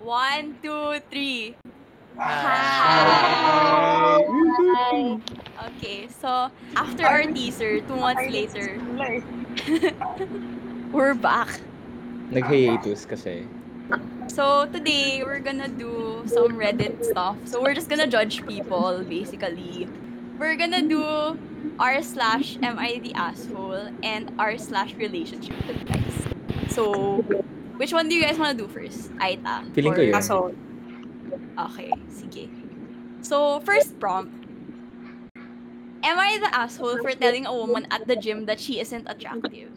One, two, three. Hi. Okay, so after our teaser, two months later, we're back. Nag-hiatus kasi. So today, we're gonna do some Reddit stuff. So we're just gonna judge people, basically. We're gonna do r slash am I the asshole and r slash relationship advice. So, which one do you guys wanna do first? Aita? Feeling ko or- yun. Asshole. Okay, sige. So, first prompt. Am I the asshole for telling a woman at the gym that she isn't attractive?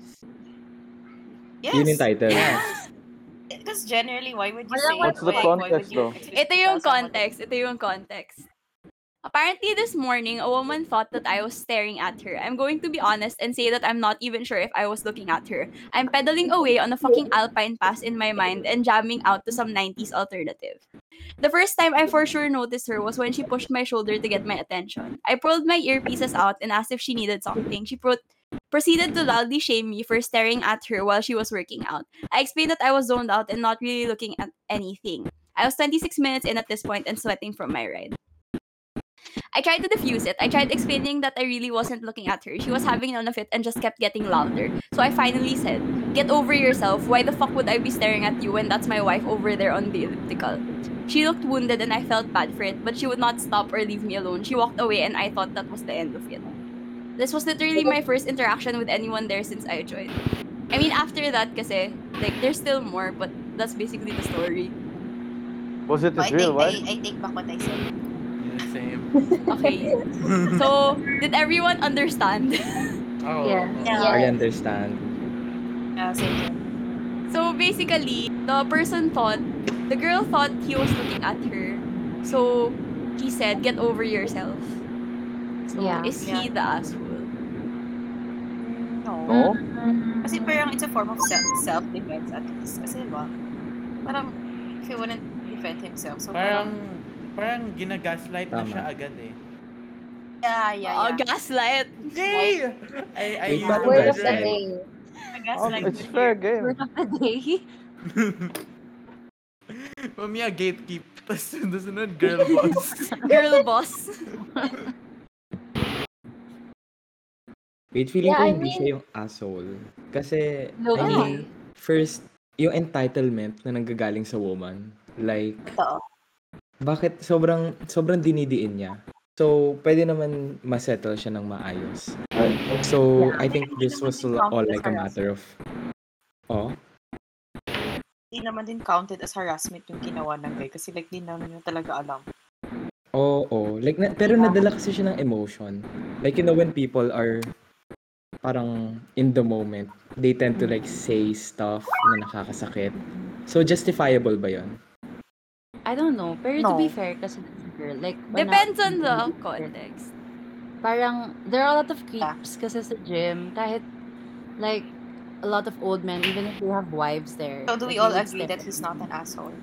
Yes. Yun yung title. Because generally, why would you Wala say ko- What's the Why- why would context, you though? expect Ito someone yung to- context. Ito yung context. Apparently, this morning, a woman thought that I was staring at her. I'm going to be honest and say that I'm not even sure if I was looking at her. I'm pedaling away on a fucking alpine pass in my mind and jamming out to some 90s alternative. The first time I for sure noticed her was when she pushed my shoulder to get my attention. I pulled my earpieces out and asked if she needed something. She pro- proceeded to loudly shame me for staring at her while she was working out. I explained that I was zoned out and not really looking at anything. I was 26 minutes in at this point and sweating from my ride. I tried to diffuse it. I tried explaining that I really wasn't looking at her. She was having none of it and just kept getting louder. So I finally said, Get over yourself. Why the fuck would I be staring at you when that's my wife over there on the elliptical? She looked wounded and I felt bad for it, but she would not stop or leave me alone. She walked away and I thought that was the end of it. This was literally my first interaction with anyone there since I joined. I mean, after that, kasi, like, there's still more, but that's basically the story. Was it I his take, real wife? I, I take back what I said. Same. Okay. So, did everyone understand? Oh. Yeah. Yeah. I understand. Yeah, same here. So, basically, the person thought, the girl thought he was looking at her. So, he said, get over yourself. So, Yeah. is he the asshole? No. Oh. No? Mm. Kasi Mm-hmm. parang it's a form of self self defense at least. Kasi diba? Parang if he wouldn't defend himself. So Parang, parang ginagaslight na Tama. siya agad eh. yeah, yeah, Oh, yeah. gaslight. Yay! I, I Wait, used but the where Word of word the Right. right. day. Oh, it's fair game. Word of the day. Mamaya gatekeep. Tapos sunod girl boss. Girl boss. Wait, feeling Yeah, ko I hindi mean- siya yung asshole. Kasi, I No way. mean, first, yung entitlement na nanggagaling sa woman. Like, Totoo. bakit sobrang, sobrang dinidiin niya? So, pwede naman masettle siya ng maayos. So, I think this was l- all like a matter of, oh, Hindi naman din counted as harassment yung ginawa ng guy kasi like di naman niya talaga alam. Oo, like na, pero nadala kasi siya ng emotion. Like you know when people are parang in the moment, they tend to like say stuff na nakakasakit. So justifiable ba 'yon? I don't know. Pero to No. be fair, kasi that's a girl, like, wala- Depends on the context. Parang, there are a lot of creeps kasi sa gym. Kahit, like, a lot of old men, even if they have wives there. So do like, we all they would step agree that in. he's not an asshole?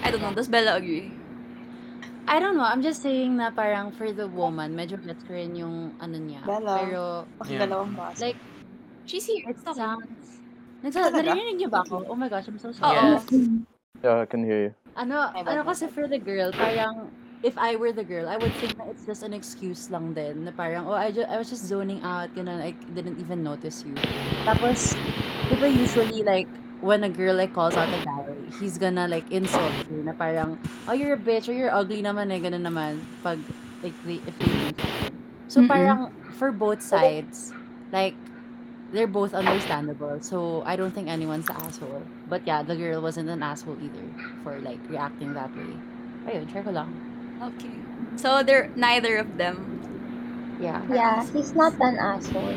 I don't know. Does Bella agree? I don't know. I'm just saying na parang for the woman, medyo gets ko rin yung ano niya. Bella. Pero, Bakit Yeah. dalawang ba? like, She's here. it Stop. sounds... Nagsa- Talaga? naririnig niyo ba ako? Oh my gosh, I'm so Oo. sorry. Yeah, I can hear you. Ano, Ay, ano wag na. kasi for the girl, parang if I were the girl, I would think na it's just an excuse lang din. Na parang, oh, I, ju- I was just zoning out, you know, I didn't even notice you. Tapos, people usually like, when a girl like calls out a guy, he's gonna like insult you na parang, oh, you're a bitch or you're ugly naman eh, ganun naman. Pag, like, they, if they do something. So Mm-mm. parang, for both sides, like, they're both understandable. So I don't think anyone's an asshole. But yeah, the girl wasn't an asshole either for like reacting that way. Ayun, share ko lang. Okay. So, they're neither of them. Yeah. Yeah, he's not an asshole.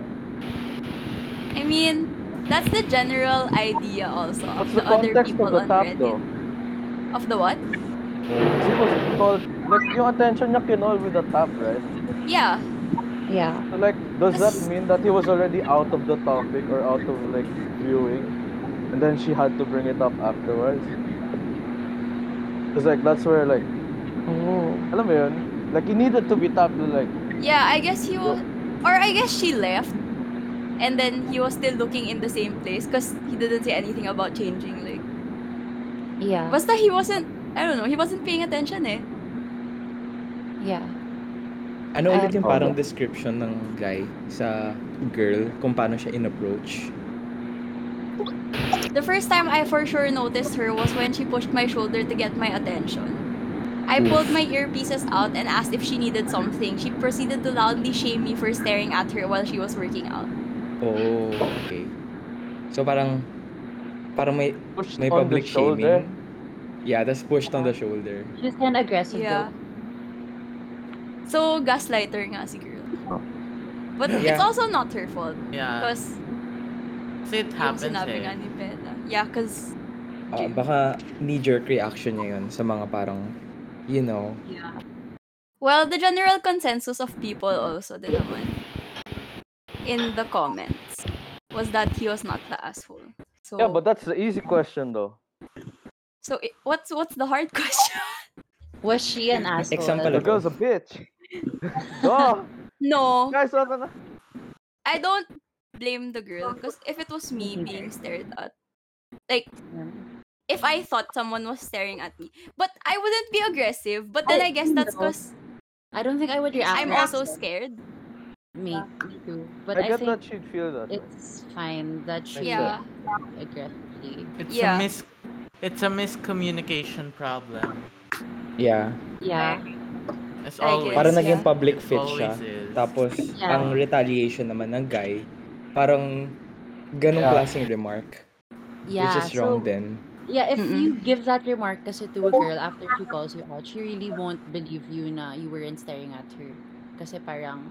I mean, that's the general idea also What's of the the other context people of the on top, Reddit. though? Of the what? Kasi was called, like, yung attention niya kinol with the top, right? Yeah. Yeah. So, like, does that Kasi- mean that he was already out of the topic or out of, like, viewing? And then she had to bring it up afterwards? Because, like, that's where, like, Oh. alam mo yun? Like, he needed to be tapped, like, Yeah, I guess he was, or I guess she left, and then he was still looking in the same place because he didn't say anything about changing. Like, Yeah. Basta he wasn't, I don't know, he wasn't paying attention eh. yeah. Ano ulit yung Um, parang description ng guy sa girl kung paano siya in-approach? The first time I for sure noticed her was when she pushed my shoulder to get my attention. I pulled my earpieces out and asked if she needed something. She proceeded to loudly shame me for staring at her while she was working out. Oh, okay. So parang parang may Pushed may on the public shoulder. Uh-huh. shaming. Yeah, that's pushed on the shoulder. She's kind of aggressive though. Yeah. So, gaslighter nga si girl. Oh. But it's Yeah. also not her fault. Yeah. Because Kasi it yung happens sinabi nga eh. ni Bella. Yeah, because... Ah, baka knee-jerk reaction niya yun sa mga parang, you know, Well, the general consensus of people also din naman in the comments was that he was not the asshole. So, Yeah, but that's the easy question though. so i- what's what's the hard question? Was she an asshole? Example The Talaga? girl's a bitch. oh, no, guys, ano na? I don't blame the girl because if it was me being stared at, like, if I thought someone was staring at me, but I wouldn't be aggressive. But then I- I, guess that's no. because I don't think I would react. I'm like also that. scared. me, me too. But I I, get think that she'd feel that. way. it's fine that she Yeah. aggressively. It's Yeah. a mis it's a miscommunication problem. yeah. Yeah. It's I guess, always Parang Yeah. naging public it fit siya. always is. Tapos, Yeah. ang retaliation naman ng guy, parang ganong Yeah. klaseng remark, Yeah. which is wrong so- then. Yeah, if Mm-mm. you give that remark kasi to a girl after she calls you out, she really won't believe you na you weren't staring at her. Kasi parang,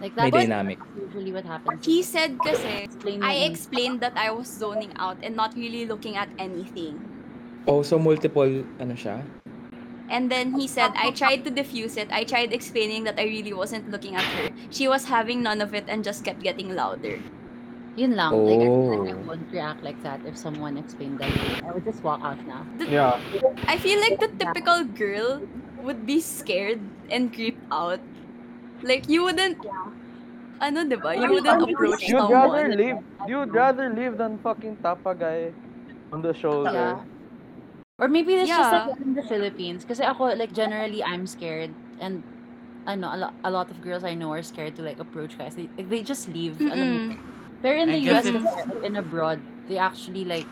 like that May was dynamic. usually what happens. He said kasi, explained I explained that I was zoning out and not really looking at anything. Oh, so multiple, ano siya? And then Oh, he said, I tried to diffuse it. I tried explaining that I really wasn't looking at her. She was having none of it and just kept getting louder. Yun lang. Like, I, feel like I Oh. won't react like that if someone explained that to me. I would just walk out na. Yeah. I feel like the typical girl would be scared and creeped out. Like, you wouldn't... Ano, di ba? You wouldn't approach You'd rather someone. leave. You'd rather leave than fucking tap a guy on the shoulder. Yeah. Or maybe that's just Yeah. like in the Philippines. Kasi ako, like, generally, I'm scared. And, ano, a, lo- a lot of girls I know are scared to, like, approach guys. They, like, they just leave. Alam mo Mm-mm. Pero in I the US guess and it's- in abroad, they actually like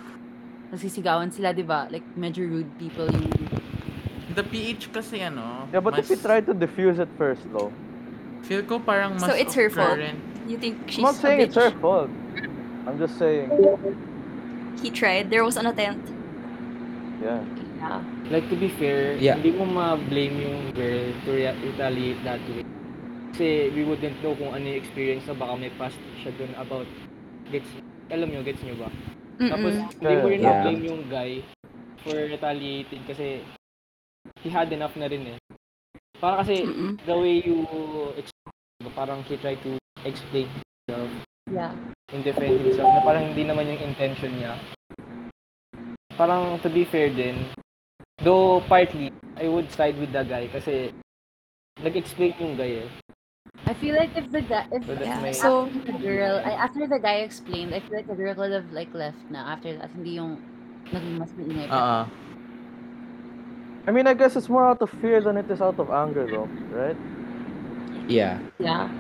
nagsisigawan sila, 'di ba? Like medyo rude people yung The pH kasi ano. Yeah, but if you mas- try to diffuse it first, though, Feel ko parang mas So it's her fault. current. You think she's I'm not a saying it's her bitch? fault. I'm just saying, He tried. There was an attempt. yeah. Yeah. Like to be fair, Yeah. hindi mo ma-blame yung girl to re- retaliate that way. Kasi we wouldn't know kung ano yung experience na baka may past siya dun about gets alam nyo, gets nyo ba? Tapos, Mm-mm. hindi mo rin Yeah. ma-blame yung guy for retaliating kasi he had enough na rin eh. Para kasi Mm-mm. the way you explain, parang he tried to explain himself Yeah. and defend himself na parang hindi naman yung intention niya. Parang to be fair din, though partly, I would side with the guy kasi nag-explain yung guy eh. I feel like if the guy if So that's Yeah. my... So, the girl, I, after the guy explained, I feel like the girl could have like left na after that hindi yung naging mas maingay pa. Ah. I mean, I guess it's more out of fear than it is out of anger, though, right? Yeah. Yeah.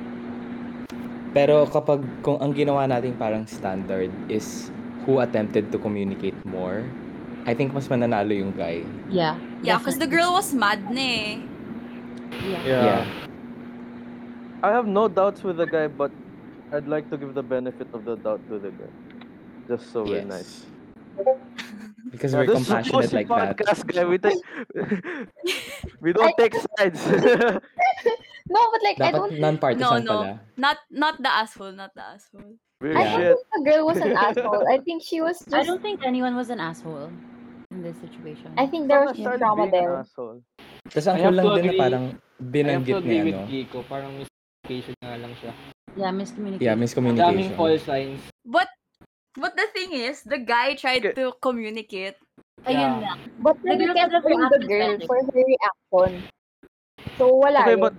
Pero kapag, kung ang ginawa natin parang standard is who attempted to communicate more, I think mas mananalo yung guy. Yeah. Yeah, because the girl was mad na eh. Yeah. I have no doubts with the guy, but I'd like to give the benefit of the doubt to the guy, just so Yes. we're nice. Because Yeah, we're this is a compassionate cozy like that. podcast, guy. We, take, we don't take sides. No, but like I Dapat don't. non-partisan No, no. pala. Not not the asshole, not the asshole. Weird I Yeah. don't shit. think the girl was an asshole. I think she was I just. don't think anyone was an asshole in this situation. I think there was Someone started drama being an there. asshole. Tapos ang I cool have lang to din na agree- parang I have to binanggit ano. agree niya, with no? Kiko, parang miscommunication nga lang siya. yeah, miscommunication. Yeah, Ang daming miscommunication. call signs. But but the thing is, the guy tried Okay. to communicate. Ayun Yeah. na. But then The girl you can't could have blame the reacted girl better. for her reaction. So wala Okay, rin. but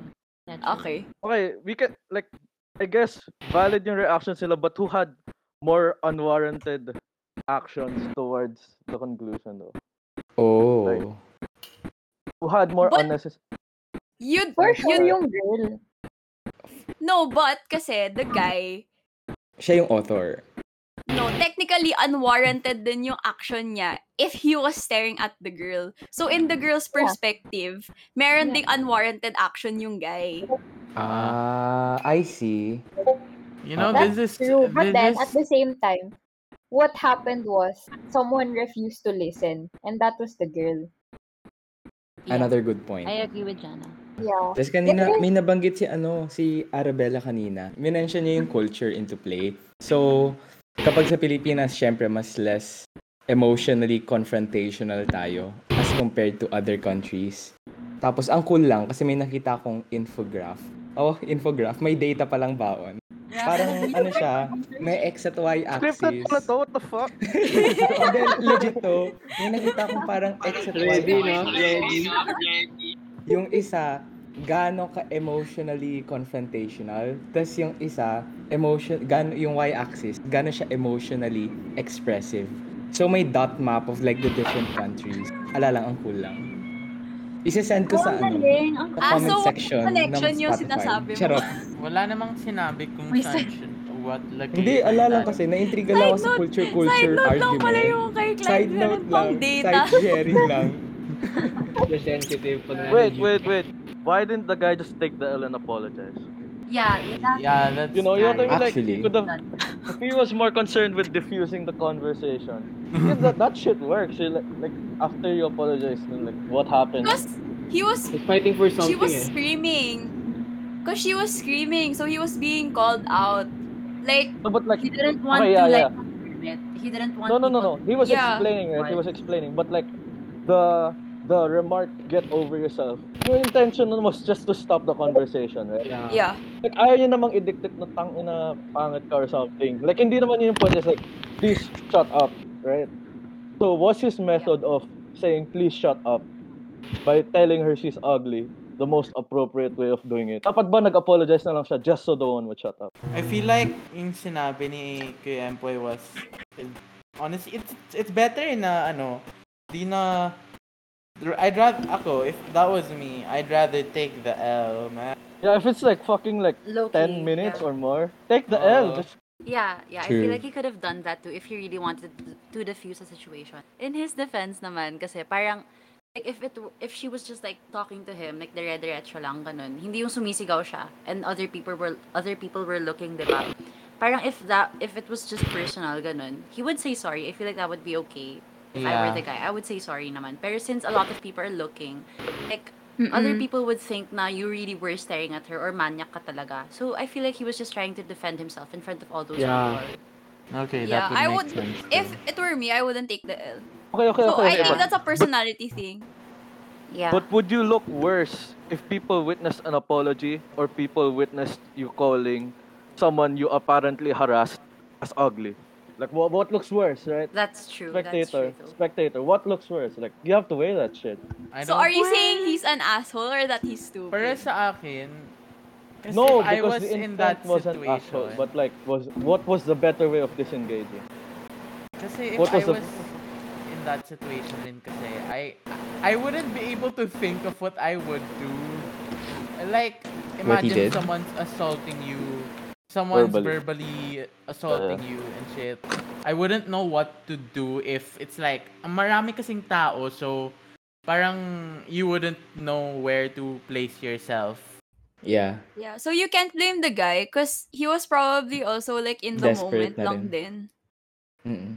That's it. Okay. okay, we can like I guess valid yung reactions nila but who had more unwarranted actions towards the conclusion though. Oh. Who had more But- unnecessary... You'd, For sure you'd, yung girl. no, but kasi the guy, Siya yung author. no, technically unwarranted din yung action niya if he was staring at the girl. So in the girl's perspective, meron ding unwarranted action yung guy. Ah, I see. You know, That's Oh, this is true. But then, this at the same time, what happened was someone refused to listen, and that was the girl. Another good point. I agree with Jana. Yeah. Tapos kanina, may nabanggit si ano, si Arabella kanina. Minention niya yung culture into play. So, kapag sa Pilipinas, syempre mas less emotionally confrontational tayo as compared to other countries. Tapos ang cool lang kasi may nakita akong infograph. Oh, infograph. May data palang baon. Parang ano siya, may X at Y axis. Scripted pala to, what the fuck? And then, legit to, may nakita akong parang X at Y Ready, no? axis. Ready. Yung isa, gaano ka emotionally confrontational. Tapos yung isa, emotion, gaano, yung y-axis, gaano siya emotionally expressive. So may dot map of like the different countries. Ala lang, ang cool lang. Isesend ko sa ano, sa Ah, comment so, section connection ng yung Spotify. sinasabi mo. Charot. Wala namang sinabi kung Uy, saan siya. What, like, Hindi, ala lang kasi, na-intriga lang ako sa Side culture-culture Side note lang argument. pala yung kay Clyde. Side Meron note pang lang, data. side sharing lang. Super sensitive pag narinig Wait, yun. wait, wait. Why didn't the guy just take the L and apologize? Yeah, that, Yeah, that's You know, you know what I mean? Like, Actually. he could have, if he was more concerned with diffusing the conversation, yeah, that, that shit works. You like, like, after you apologize, then, like, what happened? Because he was He's fighting for she something was eh. screaming. Because she was screaming, so he was being called out. Like, No, but, like, he didn't want Okay, yeah, to like confirm it. He didn't want no, no, no, people no. He was Yeah. explaining, right? He Right. was explaining. But, like, the the remark, get over yourself, your intention nun was just to stop the conversation, right? Ah. Yeah. yeah. Like, ayaw niya namang i-dictate na tang ina pangit ka or something. Like, hindi naman yun yung point. It's like, please shut up, right? So, what's his method of saying, please shut up? By telling her she's ugly, the most appropriate way of doing it. Dapat ba nag-apologize na lang siya just so the one would shut up? I feel like yung sinabi ni kay Empoy was honestly it's it's better na ano di na I'd rather ako if that was me I'd rather take the L man Yeah, if it's like fucking like low 10 key, minutes yeah. Uh, or more, take the Oo. L. Just, Yeah, yeah. I True. feel like he could have done that too if he really wanted to- to diffuse the situation. In his defense naman, kasi parang, like, if it, w- if she was just like talking to him, like, dire-diretso lang, ganun. Hindi yung sumisigaw siya. And other people were, other people were looking, di ba? Parang if that, if it was just personal, ganun, he would say sorry. I feel like that would be okay. If I were the guy, I would say sorry naman. Pero since a lot of people are looking, like, other people would think na you really were staring at her or manyak ka talaga. So I feel like he was just trying to defend himself in front of all those Yeah. people. okay that Yeah, would I make would- sense If too. it were me, I wouldn't take the L. okay, okay, okay. So I okay, think but- that's a personality thing. Yeah. But would you look worse if people witnessed an apology or people witnessed you calling someone you apparently harassed as ugly? Like, what, what looks worse, right? that's true. That's Spectator, true. though. spectator, what looks worse? Like, you have to weigh that shit. I So don't- are you saying he's an asshole or that he's stupid? para sa akin kasi no, I because was the in intent that wasn't situation asshole, but like, was what was the better way of disengaging? Kasi if What I was the- was in that situation din kasi, I I wouldn't be able to think of what I would do. Like, What he imagine did? someone's assaulting you. Someone's verbally, Verbally. assaulting you and shit. I wouldn't know what to do if it's like, ang marami kasing tao, so parang you wouldn't know where to place yourself. Yeah. Yeah, so you can't blame the guy because he was probably also like in the Desperate moment na lang rin. din. Mm-mm.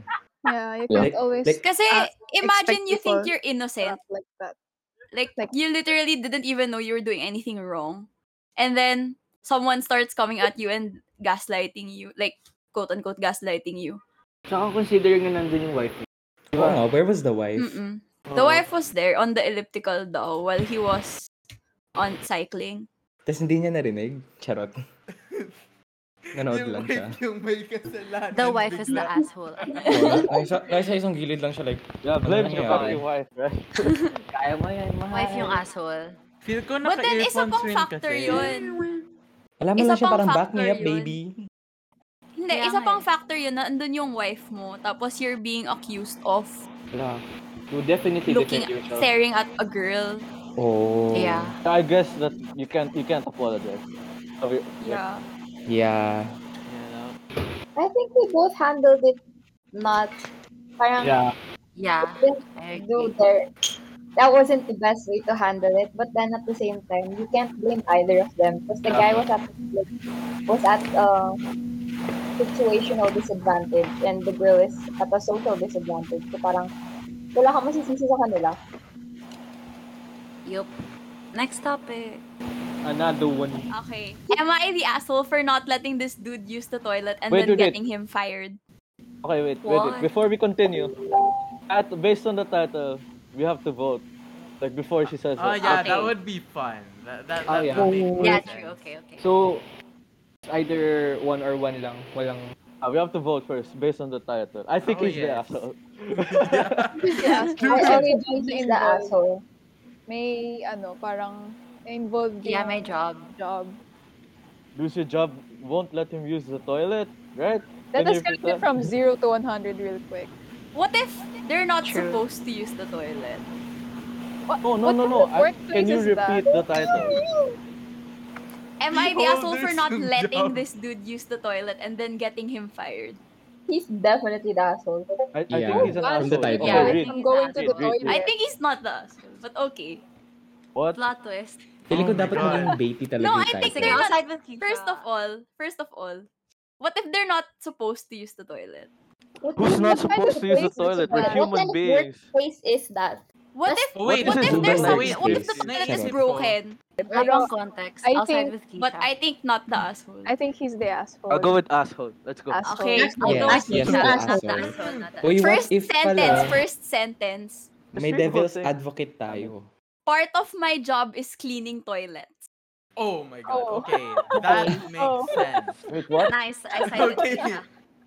Yeah, you can't always like- Kasi Ah, eh, imagine expect you think people- you're innocent. act like that. Like, Like- you literally didn't even know you were doing anything wrong. And then someone starts coming at you and gaslighting you. Like, quote unquote, gaslighting you. Tsaka considering na nandun yung wife. Oo Oh, nga, where was the wife? Diba? Mm-mm. Oh. The wife was there on the elliptical daw while he was on cycling. Tapos hindi niya narinig. Charot. Nanood lang siya. yung may kasalanan The wife is the bigla. asshole. Oh, Nasa, nasa isang gilid lang siya like, Yeah, blame your nangyari? fucking wife, right? Kaya mo yan, mahal. Wife yung asshole. Feel ko But then, isa naka-earphones pang rin factor kasi. yun. alam mo Isa lang siya pang parang back me factor up, yun." baby. Hindi, Kaya isa nga pang eh. factor yun na andun yung wife mo tapos you're being accused of Wala. would definitely looking, defend yourself. staring at a girl. Oh. Yeah. I guess that you can't you can't apologize. Of your- Yeah. Yeah. I think we both handled it not parang Yeah. Yeah. Just do their that wasn't the best way to handle it, but then at the same time, you can't blame either of them because the guy was at was at a situational disadvantage and the girl is at a social disadvantage. So parang wala kang masisisi sa kanila. Yup. Next topic. Another one. Okay. Am I the asshole for not letting this dude use the toilet and Wait, then wait, wait. getting him fired? Okay, wait, wait, What? wait. Before we continue, at based on the title, we have to vote. Like before she says. Oh it. yeah, that would be fun. That that, that Oh, yeah. would make Yeah, sense. true. Okay, okay. So, it's either one or one lang. Walang... Ah, we have to vote first based on the title. I think Oh, he's yes. the asshole. Yeah. I only think he's the asshole. May, ano, parang involved Yeah, yung may job. Job. Lose your job. Won't let him use the toilet, right? Then Let you us count pretend- it from 0 to 100 real quick. What if they're not supposed to use the toilet? No, no, no, no. I, can you repeat the title? Am I the Oh, asshole for there's not some letting job. this dude use the toilet and then getting him fired? He's definitely the asshole. I, I Yeah. think he's an From asshole. the title. Yeah, I read. think he's Oh, going the to the asshole. toilet. I think he's not the asshole, but okay. What? Plot twist. Feeling ko dapat maging baity talaga No, yung I think title. they're Outside not. First of all, first of all, what if they're not supposed to use the toilet? Who's not supposed to use the toilet? We're human beings. Place is that? What if Oh, What what is if it? Wait, there's some, wait, what if the wait. toilet is Naisip ko. broken? Wrong context. I Outside think- with Keisha. But I think not the asshole. I think he's the asshole. I'll go with asshole. Let's go. Asshole. Okay, I'll go Yes, yes, with Keisha. yes, Not the asshole. asshole, not the Uy, what First if pala- sentence, first sentence. May Just read the whole devil's thing. advocate tayo. Part of my job is cleaning toilets. Oh my god. Okay, that makes Oh. sense. Wait, what? Nice. I cited Okay. Keisha.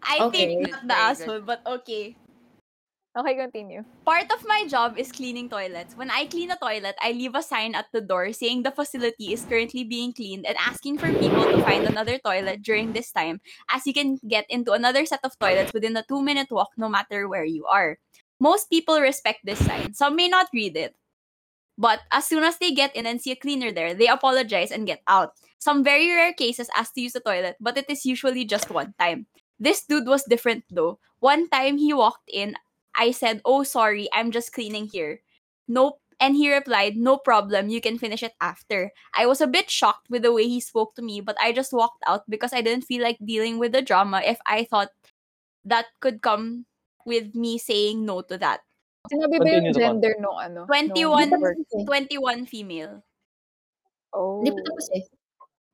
I think not the asshole, but okay. Okay, continue. Part of my job is cleaning toilets. When I clean a toilet, I leave a sign at the door saying the facility is currently being cleaned and asking for people to find another toilet during this time, as you can get into another set of toilets within a two minute walk no matter where you are. Most people respect this sign, some may not read it. But as soon as they get in and see a cleaner there, they apologize and get out. Some very rare cases ask to use the toilet, but it is usually just one time. This dude was different though. One time he walked in, I said, Oh, sorry, I'm just cleaning here. Nope. And he replied, No problem, you can finish it after. I was a bit shocked with the way he spoke to me, but I just walked out because I didn't feel like dealing with the drama if I thought that could come with me saying no to that. Sinabi ba yung Continue the gender no, ano? no 21, word? 21 female. Oh.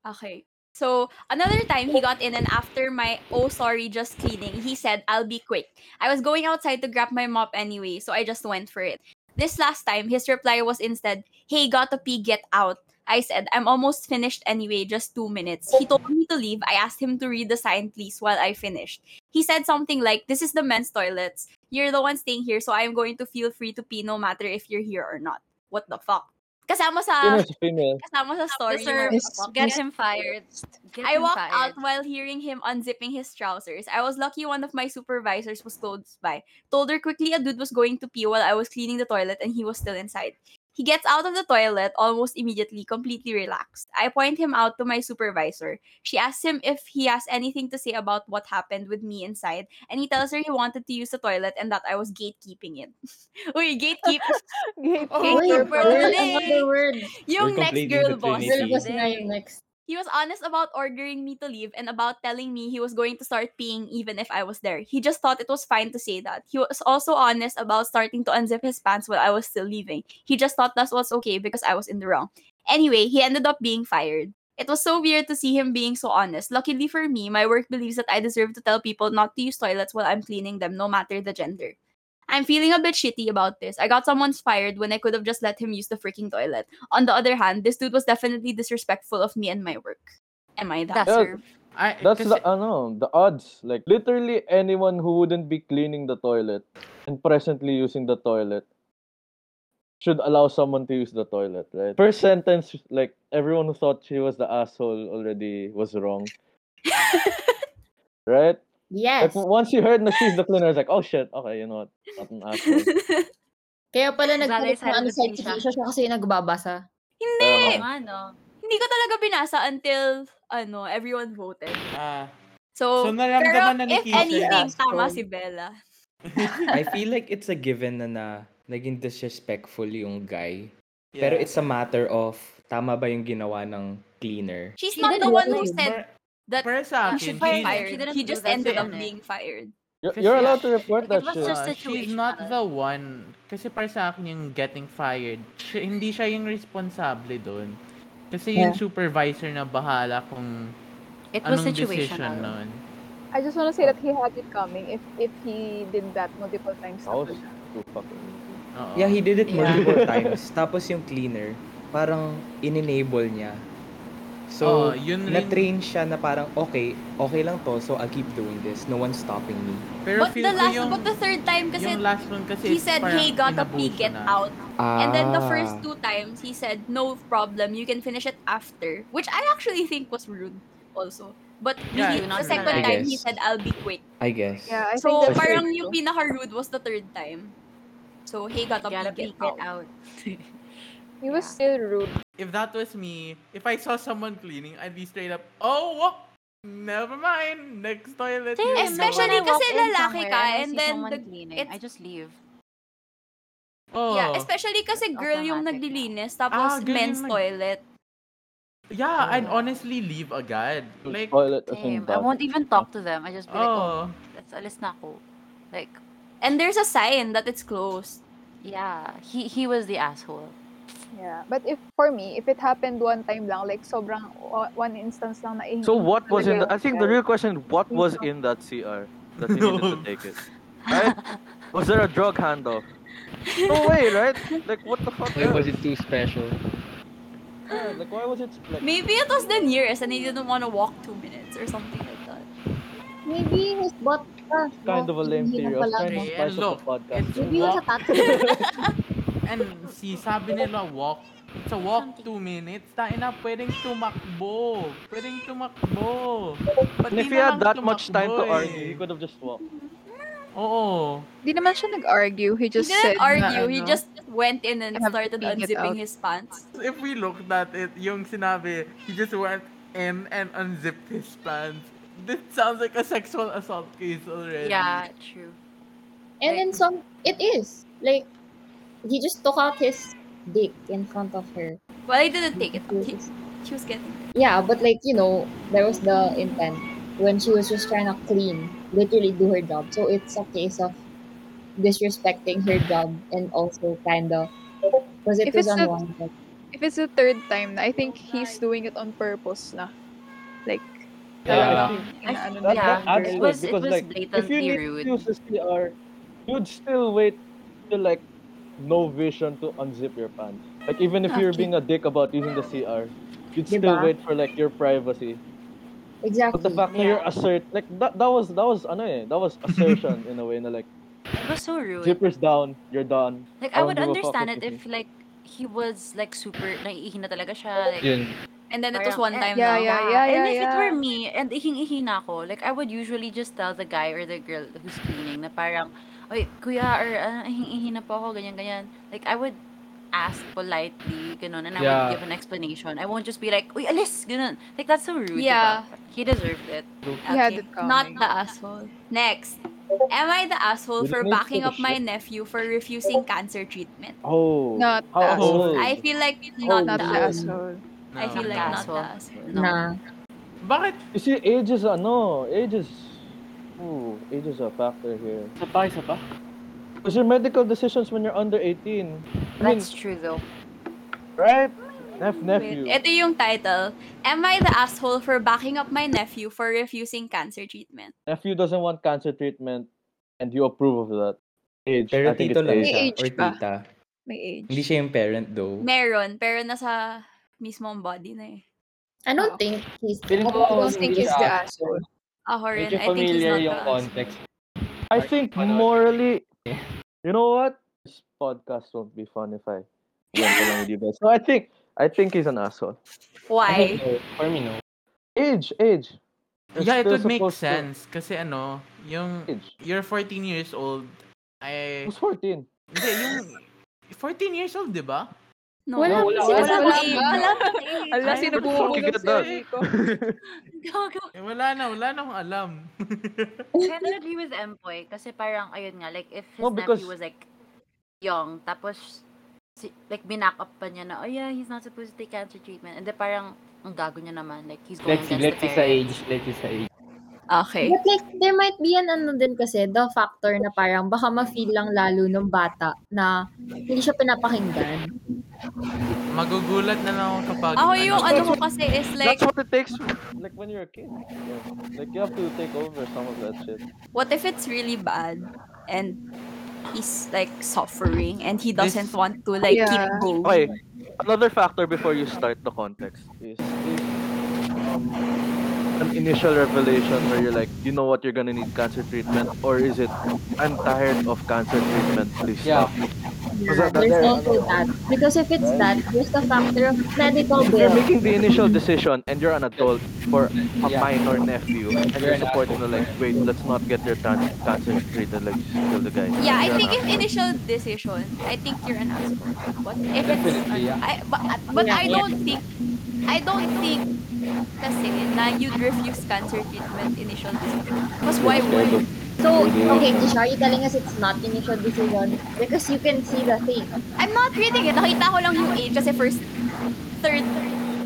Okay. So another time he got in and after my oh sorry just cleaning, he said I'll be quick. I was going outside to grab my mop anyway, so I just went for it. This last time his reply was instead, "Hey, got to pee, get out." I said, "I'm almost finished anyway, just 2 minutes." He told me to leave. I asked him to read the sign please while I finished. He said something like, "This is the men's toilets. You're the one staying here, so I'm going to feel free to pee no matter if you're here or not." What the fuck? Kasama Female sa to female. kasama sa story. Deserve- yung- Get him fired. Get I him walked fired. out while hearing him unzipping his trousers. I was lucky one of my supervisors was close by. Told her quickly a dude was going to pee while I was cleaning the toilet and he was still inside. He gets out of the toilet almost immediately, completely relaxed. I point him out to my supervisor. She asks him if he has anything to say about what happened with me inside, and he tells her he wanted to use the toilet and that I was gatekeeping it. Uy, gatekeep. Oh, Gatekeeper. pala eh. word. Yung We're next completing girl the boss. Trinity. Girl boss na yung next. He was honest about ordering me to leave and about telling me he was going to start peeing even if I was there. He just thought it was fine to say that. He was also honest about starting to unzip his pants while I was still leaving. He just thought that was okay because I was in the wrong. Anyway, he ended up being fired. It was so weird to see him being so honest. Luckily for me, my work believes that I deserve to tell people not to use toilets while I'm cleaning them, no matter the gender. I'm feeling a bit shitty about this. I got someone's fired when I could have just let him use the freaking toilet. On the other hand, this dude was definitely disrespectful of me and my work. Am I that? Yeah, I, That's kasi- the ano, the odds. Like literally anyone who wouldn't be cleaning the toilet and presently using the toilet should allow someone to use the toilet, right? First sentence, like everyone who thought she was the asshole already was wrong. right? Yes. Like once you heard that she's the cleaner, it's like, oh shit, okay, you know what? Not an asshole. Kaya pala Naglalay nagkaroon ng ano, silent side siya. siya siya kasi nagbabasa. Hindi! Oo nga, no? Hindi ko talaga binasa until, ano, everyone voted. Ah. So, So, pero naramdaman na ni if Keisha anything, yung tama scroll. si Bella. I feel like it's a given na na naging disrespectful yung guy. Pero Yeah. it's a matter of tama ba yung ginawa ng cleaner. She's She not did the one who realize. said that akin, he she- should be she fired. didn't He do just that ended to up him eh. being fired. You're, Kasi you're nga, allowed to report that it was shit. just a uh, She's not the one. Kasi para sa akin yung getting fired, siya- hindi siya yung responsable doon. Kasi yung Yeah. supervisor na bahala kung It was anong decision situational. nun. I just want to say that he had it coming if if he did that multiple times. Oh, tapos- too fucking Yeah, he did it Yeah. multiple times. Tapos yung cleaner, parang in-enable niya. So, Oo, yun rin- na-train siya na parang, okay, okay lang to, so I'll keep doing this. No one's stopping me. Pero but the last, but the third time kasi, yung last one kasi he is said, parang hey, Gaga, inabuso please get na. out. And then the first Ah. two times, he said, no problem, you can finish it after. Which I actually think was rude also. But Yeah, he- yun the ang second rude. time, I he guess. said, I'll be quick. I guess. so, that's parang right. yung pinaka-rude was the third time. So, hey, Gaga, please get out. He was still rude. If that was me, if I saw someone cleaning, I'd be straight up, oh, whoop, never mind, next toilet. you go." Especially kasi lalaki ka, somewhere and I and see then someone the, cleaning, it's, I just leave. Oh. yeah, especially kasi girl yung naglilinis, Ah, tapos girl yung men's nag- toilet. Yeah, I'd honestly leave agad. Like, Same. I won't even talk to them. I just be like, oh, that's alis na ako. Like, and there's a sign that it's closed. Yeah, he he was the asshole. Yeah. But if for me, if it happened one time lang, like sobrang o- one instance lang na So what was in the? I think the real question: What was in that CR that he needed to take it? Right? Was there a drug handoff? No way, right? Like what the fuck? Why was it too special? Yeah, like why was it? Like, Maybe it was the nearest and he didn't want to walk two minutes or something like that. Maybe his bot ka. kind of a lame hindi theory. na I was pala, trying no? to spice up the podcast. Maybe it was a tattoo. and si sabi nila walk, it's a walk two minutes, tayo na pwedeng tumakbo. Pwedeng tumakbo. Ba't And if di he had na lang that much time to tumakbo argue, he eh? could have just walked. Oo. Di naman siya nag-argue. He He just said didn't na argue, he ano. just went in and started take it unzipping out. his pants. If we looked at it, yung sinabi, he just went in and unzipped his pants. This sounds like a sexual assault case already. Yeah, true. And then some, it is. Like, he just took out his dick in front of her. Well, I didn't take it. He, she was getting Yeah, but like, you know, there was the intent when she was just trying to clean, literally do her job. So it's a case of disrespecting her job and also kind of, because it If was it's a- unwanted. If it's the third time na, I think he's doing it on purpose na. Like, Yeah. Inaano That, niya. that adds to because like if you need to use the CR, you'd still wait till like no vision to unzip your pants. Like even if you're Okay. being a dick about using the CR, you'd still Diba? wait for like your privacy. Exactly. But the fact that you're assert like that that was that was ano eh, that was assertion in a way na like It was so rude. zippers down, you're done. Like, I would don't give a fuck understand it what you if, like, he was, like, super, naiihi na talaga siya. Like, Yun. And then it was one time eh, yeah, lang. Yeah, yeah, Yeah. And if yeah, it yeah. were me, and ihing-ihi na ako, like, I would usually just tell the guy or the girl who's cleaning na parang, Oy, kuya, or uh, ihing-ihi na po ako, ganyan-ganyan. Like, I would ask politely, ganun, and I Yeah. would give an explanation. I won't just be like, uy, alis, ganun. Like, that's so rude. Yeah. diba? He deserved it. He had it Okay, not coming. the asshole. Next. Am I the asshole Did for it make backing you up my shit? nephew for refusing cancer treatment? Oh. Not how the old? I feel like not Not the the asshole. I No. feel like Not not the the asshole. Nah. Bakit? You see, age is ano, age is, ooh, age is a factor here. Isa pa, isa pa. Because your medical decisions when you're under 18. I mean, That's true, though. right? Nef nephew. Wait, ito yung title. Am I the asshole for backing up my nephew for refusing cancer treatment? Nephew doesn't want cancer treatment and you approve of that. Age. Pero I think tito it's lang age. siya, or tita. May age. Hindi siya yung parent though. Meron, pero nasa mismong body na eh. I don't Oh. think he's. Feeling ko I don't think hindi he's siya the asshole. Ako rin, Medyo I think he's familiar not yung the context. I think morally, you know what? This podcast won't be fun if I went along with you guys. So I think, I think he's an asshole. Why? For me, no. Age, age. It's yeah, it still would make supposed to- sense. Kasi ano, yung, you're 14 years old, I... Who's 14? Hindi, yung, 14 years old, di ba? No, wala, wala, wala, wala, wala, Wala, sino bumubulong sa Rico? Eh, wala na, wala na akong alam. Kind of agree with Empoy kasi parang ayun nga like if his No, because- nephew was like young tapos si, like binack up pa niya na oh yeah he's not supposed to take cancer treatment and then parang ang gago niya naman like he's going Let's see, let's against the see sa parents. age. Let's see sa age. Okay. But like, there might be an ano din kasi, the factor na parang baka ma-feel lang lalo ng bata na hindi siya pinapakinggan. Magugulat na lang ako kapag... Ako yung ano ko kasi is like, That's what it takes. Like when you're a kid. Yeah. Like you have to take over some of that shit. what if it's really bad and he's like suffering and he doesn't want to like keep going? Okay. Oh Another factor before you start the context is, is um, an initial revelation where you're like, you know what, you're gonna need cancer treatment, or is it, I'm tired of cancer treatment, please Yeah. stop. 'Cause that- that- Yeah, there's there- also that. Because if it's that, there's the factor of medical If you're bill. making the initial decision and you're an adult for a minor nephew and You're you're an supporting them like, wait, let's not get their tan- cancer treated, like just kill the guy. Yeah, You're I an think if asshole. initial decision, I think you're an asshole. But if it's Definitely, yeah. I but, but I don't think I don't think kasi na you'd refuse cancer treatment initial decision. Because why would you? So, okay, Tisha, are you telling us it's not initial decision? Because you can see the thing. I'm not reading it. Nakita ko lang yung age kasi first third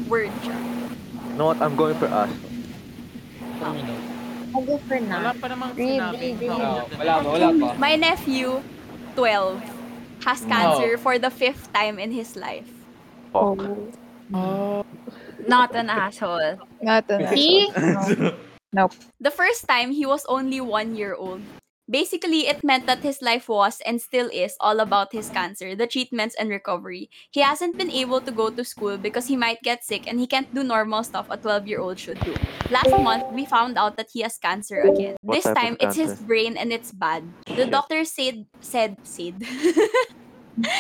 word siya. You know what, I'm going for us. I go for now. Wala pa namang Read, sinabing read, read. Oh. how old Wala pa, wala pa. My nephew, 12, has cancer for the fifth time in his life. Oh, Oh Fuck. Not an asshole. Not an See? asshole. No. Nope. The first time, he was only one year old. Basically, it meant that his life was and still is all about his cancer, the treatments, and recovery. He hasn't been able to go to school because he might get sick and he can't do normal stuff a 12 year old should do. Last month, we found out that he has cancer again. What this type of time, it's his cancer? brain and it's bad. Shit. The doctor said, said, said,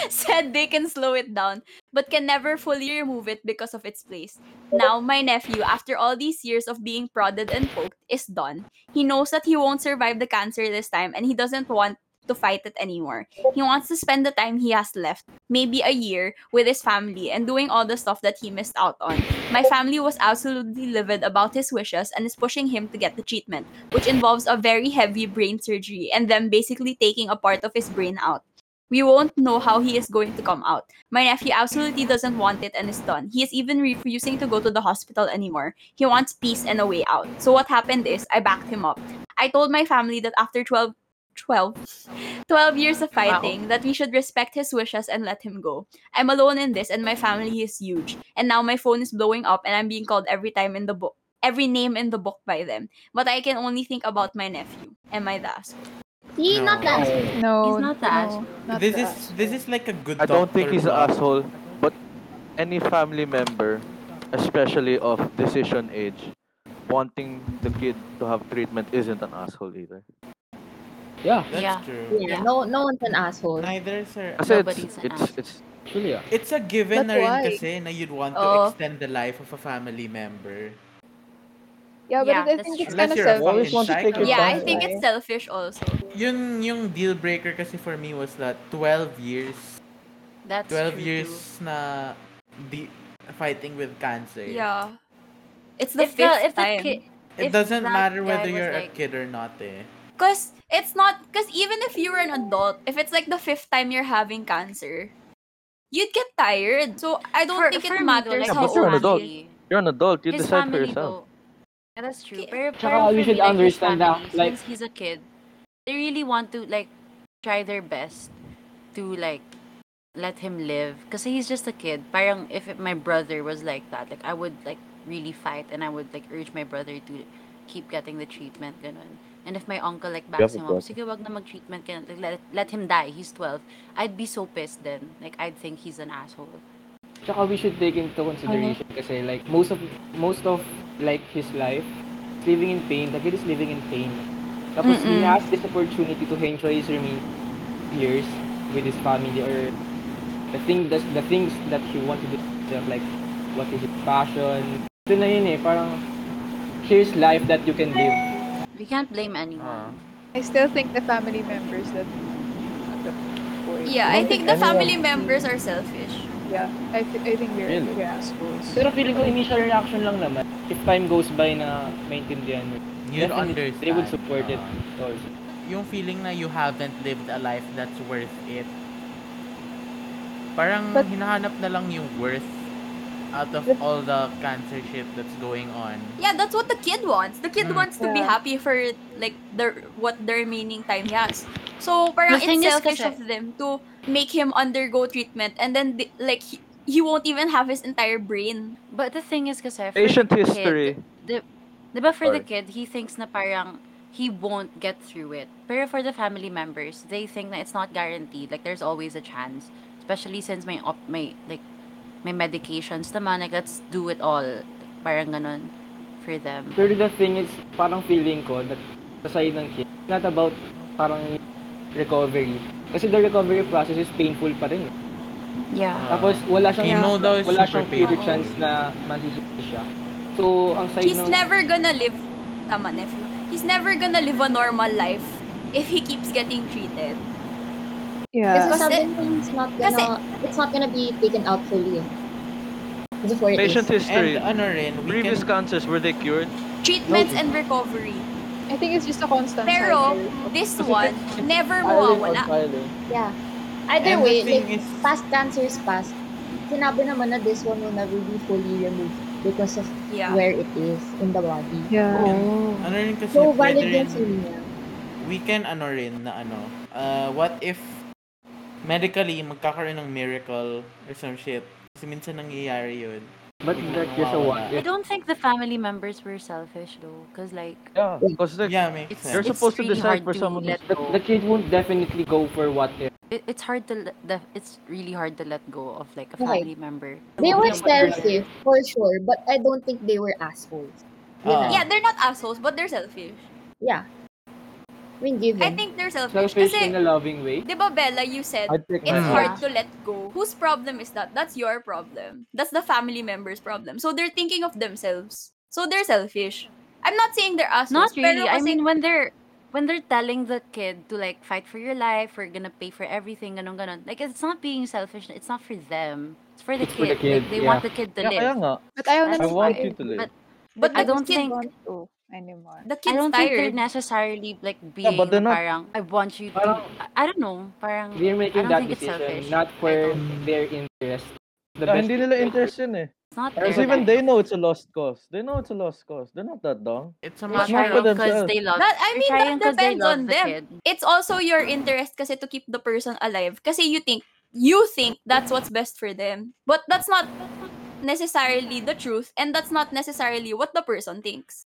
said they can slow it down, but can never fully remove it because of its place. Now, my nephew, after all these years of being prodded and poked, is done. He knows that he won't survive the cancer this time, and he doesn't want to fight it anymore. He wants to spend the time he has left, maybe a year, with his family and doing all the stuff that he missed out on. My family was absolutely livid about his wishes and is pushing him to get the treatment, which involves a very heavy brain surgery and them basically taking a part of his brain out. We won't know how he is going to come out. My nephew absolutely doesn't want it and is done. He is even refusing to go to the hospital anymore. He wants peace and a way out. So what happened is I backed him up. I told my family that after 12 12 12 years of fighting that we should respect his wishes and let him go. I'm alone in this and my family is huge. And now my phone is blowing up and I'm being called every time in the book every name in the book by them. But I can only think about my nephew. Am I the asshole? See, not the asshole. No. He's not the asshole. this is this is like a good I don't think doctor he's an block. asshole, but any family member, especially of decision age, wanting the kid to have treatment isn't an asshole either. Yeah. That's yeah. true. Yeah, no, no one's an asshole. Neither is her. Kasi it's, it's, it's, Actually, yeah. It's a given But na rin why? kasi na you'd want to Oo. extend the life of a family member. Yeah, but Yeah, I that's think it's true. Unless kind of you're a selfish. fucking psycho. Yeah, I think it's selfish also. Yun yung deal breaker kasi for me was that 12 years. That's 12 true years too. na di- fighting with cancer. Yeah. It's the If the- fifth if the time. ki- It if doesn't that matter guy whether was you're a like- kid or not eh. Cause it's not cause even if you were an adult, if it's like the fifth time you're having cancer, you'd get tired. So I don't For- think for me, it though, matters like, how but you're an old adult. you You're an adult, you His decide for family yourself. though. Yeah, that's true. Pero, Tsaka pero we Oh, for should me, like, his understand na, family, like- since he's a kid, they really want to like try their best to like let him live kasi he's just a kid. Parang if it- my brother was like that, like I would like really fight and I would like urge my brother to keep getting the treatment ganun. And if my uncle like backs Yeah, him but- up, sige wag na mag-treatment ka na, like, let, let him die, he's 12. I'd be so pissed then. Like I'd think he's an asshole. Tsaka we should take into consideration kasi like most of most of like his life is living in pain. The kid is living in pain. Tapos he Mm-mm. has this opportunity to enjoy his remaining years with his family or the thing that the things that he wants to do himself, like what is his passion. Ito na yun eh, parang here's life that you can live. Ah. We can't blame anyone. I still think the family members that. Boy. Yeah, I don't think think the anyone- family members are selfish. Yeah, I, th- I think you're Really? yeah. Pero feeling ko initial reaction lang naman. If time goes by na maintindihan mo, You'll definitely understand. they would support it uh, also. Yung feeling na you haven't lived a life that's worth it. Parang But- hinahanap na lang yung worth out of all the cancer shit that's going on. Yeah, that's what the kid wants. The kid Mm. wants to be Yeah. happy for like the what the remaining time he has. So parang The it's thing is selfish kasi- of them to make him undergo treatment and then they, like he, he won't even have his entire brain. But the thing is kasi for Patient the kid, history. Di, di ba for the Sorry. kid, he thinks na parang he won't get through it. Pero for the family members, they think na it's not guaranteed. Like there's always a chance. Especially since may op, may like may medications naman like let's do it all. Parang ganun for them. Pero the thing is, parang feeling ko that sa side ng kid, not about parang recovery. Kasi the recovery process is painful pa rin. eh. Yeah. Tapos wala siyang Chemo Oh, daw is super wala siyang clear painful. chance na masusunod siya. So, ang side He's ng never gonna live tama nephew. He's never gonna live a normal life if he keeps getting treated. Kasi Yeah. Kasi- sabi mo, it's not kasi- gonna, it's not gonna be taken out fully. Before it Patient is. history. And ano rin, we Previous cancers, were they cured? Treatments and recovery. I think it's just a constant Pero cycle. this one never Filing on mawawala. filing. Yeah. And Either the way, thing like, is- past cancer is past. Sinabi naman na this one will never be fully removed because of Yeah. where it is in the body. Yeah. Ano rin kasi So, pwede valid rin- yung feeling niya. we can ano rin na ano, uh, what if medically magkakaroon ng miracle or some shit. Kasi minsan nangyayari yun. But Biglang that is a nawawala. what I don't think the family members were selfish though, cause like Yeah, because like, Yeah, makes sense. you're it's supposed to really decide hard for to someone who's let the, go. the kid won't definitely go for what if. It, it's hard to let, the, it's really hard to let go of like a Okay. family member. They were Someone selfish, for sure, but I don't think they were assholes. Ah, You Ah. know? Yeah, they're not assholes, but they're selfish. Yeah. I mean, given. I think they're selfish, Selfish kasi in a Mm. loving way. Di ba, Bella, you said, I'd pick it's myself. hard to let go. Whose problem is that? That's your problem. That's the family member's problem. So they're thinking of themselves. So they're selfish. I'm not saying they're Not assholes. really. Pero I kasi, mean, when they're when they're telling the kid to like fight for your life, we're gonna pay for everything, ganun ganon. Like it's not being selfish. It's not for them. It's for the It's for the kid. Like, kid, they yeah. want the kid to yeah, kaya live. nga. But I That's I honestly want why- you to live. But but I the don't kid, think want to anymore. the I kid's don't think tired. they're necessarily like being Yeah, but they're not- parang I want you to. Parang- I- I don't know. Parang They're I making don't that think it's selfish. decision not for their interest. The Yeah, best hindi nila interest yun eh. it's not Because their even life. they know it's a lost cause. They know it's a lost cause. They're not that dumb. It's a They're matter It's not trying for of... because themselves. they love. That, I they're mean, trying that 'cause they depends love on the them. kid. It's also your interest kasi to keep the person alive. Kasi you think, you think that's what's best for them. But that's not necessarily the truth and that's not necessarily what the person thinks.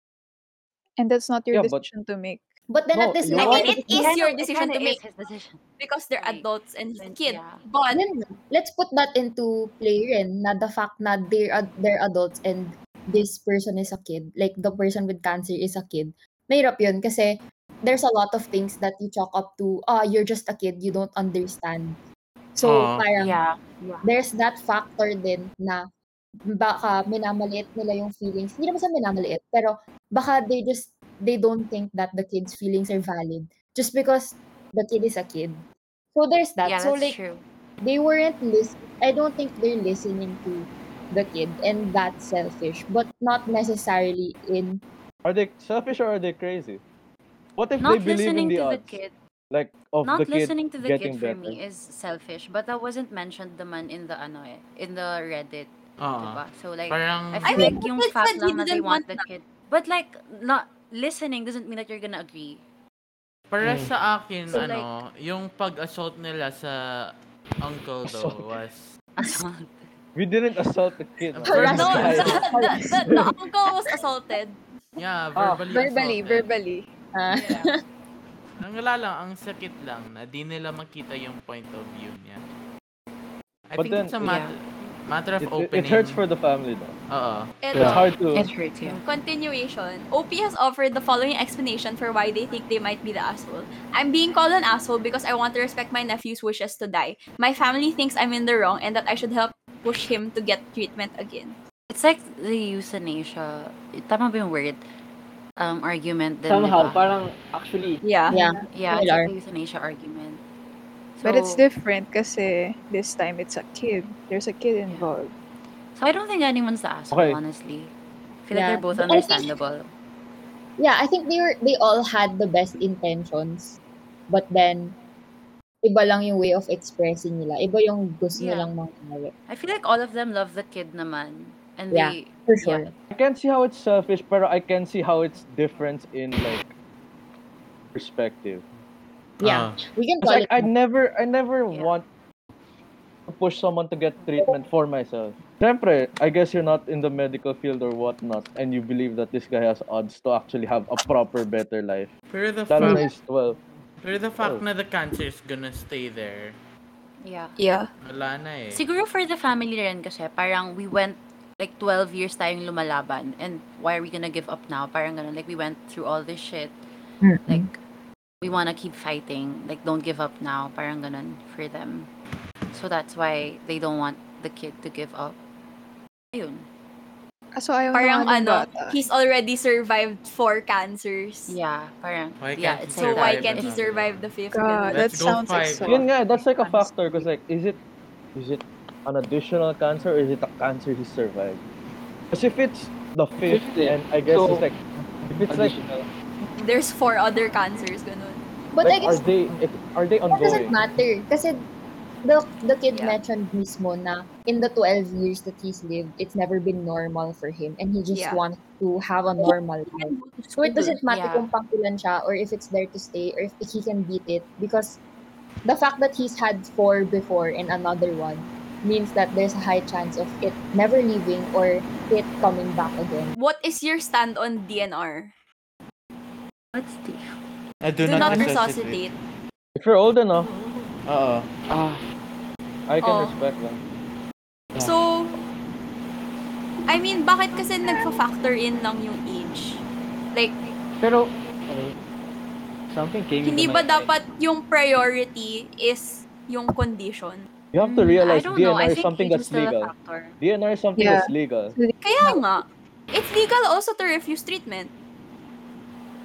And that's not your Yeah, but- decision to make. But then No, at this you level, want- I mean, it is Kinda- your it decision kinda to is make his decision. because they're Like, adults and he's a kid. yeah. But Ano na, let's put that into play rin na the fact na they're, ad- they're adults and this person is a kid, like the person with cancer is a kid, mahirap yun kasi there's a lot of things that you chalk up to, ah, you're just a kid, you don't understand. So, Aw. parang, Yeah. there's that factor din na baka minamaliit nila yung feelings. Hindi naman sa minamaliit, pero baka they just, they don't think that the kid's feelings are valid just because the kid is a kid. So there's that. Yeah, so that's like, true. they weren't listening. I don't think they're listening to the kid and that's selfish, but not necessarily in, Are they selfish or are they crazy? What if Not they believe in listening the to the odds? kid. Like of Not the kid listening to the getting kid for better. me is selfish, but that wasn't mentioned naman in the ano eh, in the Reddit, Ah. diba? So like parang... I I feel mean, like yung the kid fact said he lang na they didn't want want the kid. But like not listening doesn't mean that you're gonna agree. Para Hmm. sa akin, So, ano, yung pag-assault nila sa uncle though was... Assault. We didn't assault the kid. Harassment. no, guy. the, the, the uncle was assaulted. Yeah, Ah, verbally Oh, Verbally, assaulted. verbally. ah, Ang wala lang, ang sakit lang na di nila makita yung point of view niya. I But think then- it's a matter, matter of It, it- opening. it hurts for the family though. Oo. It's Ito, hard to. It hurts you. continuation. OP has offered the following explanation for why they think they might be the asshole. I'm being called an asshole because I want to respect my nephew's wishes to die. My family thinks I'm in the wrong and that I should help push him to get treatment again. It's like the euthanasia. Tama ba yung word? Um, argument din, Somehow, diba? parang actually, Yeah. yeah. Yeah, it's like Similar. the euthanasia argument. But it's So- different kasi this time it's a kid. There's a kid involved. So I don't think anyone's the asshole, Okay. honestly. I feel like Yeah. they're both But I think- understandable. yeah, I think they were they all had the best intentions, but then iba lang yung way of expressing nila. Iba yung gusto Yeah. nilang mangyari. I feel like all of them love the kid naman. And Yeah, they for sure. I can't see how it's selfish, pero I can see how it's different in like perspective. Ah. Yeah, we can call Like, it. I never, I never want to push someone to get treatment for myself. Siyempre, I guess you're not in the medical field or whatnot, and you believe that this guy has odds to actually have a proper, better life. Pero the Hmm. Lalo na fact- he's 12. Pero the fact Oh. na the cancer is gonna stay there, Yeah. Yeah. wala na eh. Siguro for the family rin kasi, parang we went, like 12 years tayong lumalaban and why are we gonna give up now? Parang ganun, like we went through all this shit. Like, we wanna keep fighting. Like, don't give up now. Parang ganun for them. So that's why they don't want the kid to give up. Ayun. Kaso ayaw Parang naman ng ano, bata. he's already survived four cancers. Yeah, parang, Why can't yeah, it's he So why survive can't he another survive the fifth? God, Ganun. that sounds exhausting. Yun nga, that's like a factor because like, is it, is it an additional cancer or is it a cancer he survived? Because if it's the fifth, Fifth, yeah. and I guess So, it's like, if it's like, There's four other cancers, ganun. But I like, guess are they, it- are they That ongoing? doesn't matter. Kasi the, the kid mentioned mismo na in the 12 years that he's lived, it's never been normal for him. And he just Yeah. wants to have a normal life. So it doesn't matter Yeah. kung pangkulan siya or if it's there to stay or if he can beat it. Because the fact that he's had four before and another one means that there's a high chance of it never leaving or it coming back again. What is your stand on DNR? What's the... I Do not resuscitate. If you're old enough, Oo. ah, I can Oh. respect that. So, I mean, bakit kasi nagpa-factor in lang yung age? Like, Pero, okay. something came hindi into ba eh. my dapat yung priority is yung condition? You have to realize Hmm, I don't know. I DNR is think something age is that's still a legal. factor. DNR is something Yeah. that's legal. Kaya nga, it's legal also to refuse treatment.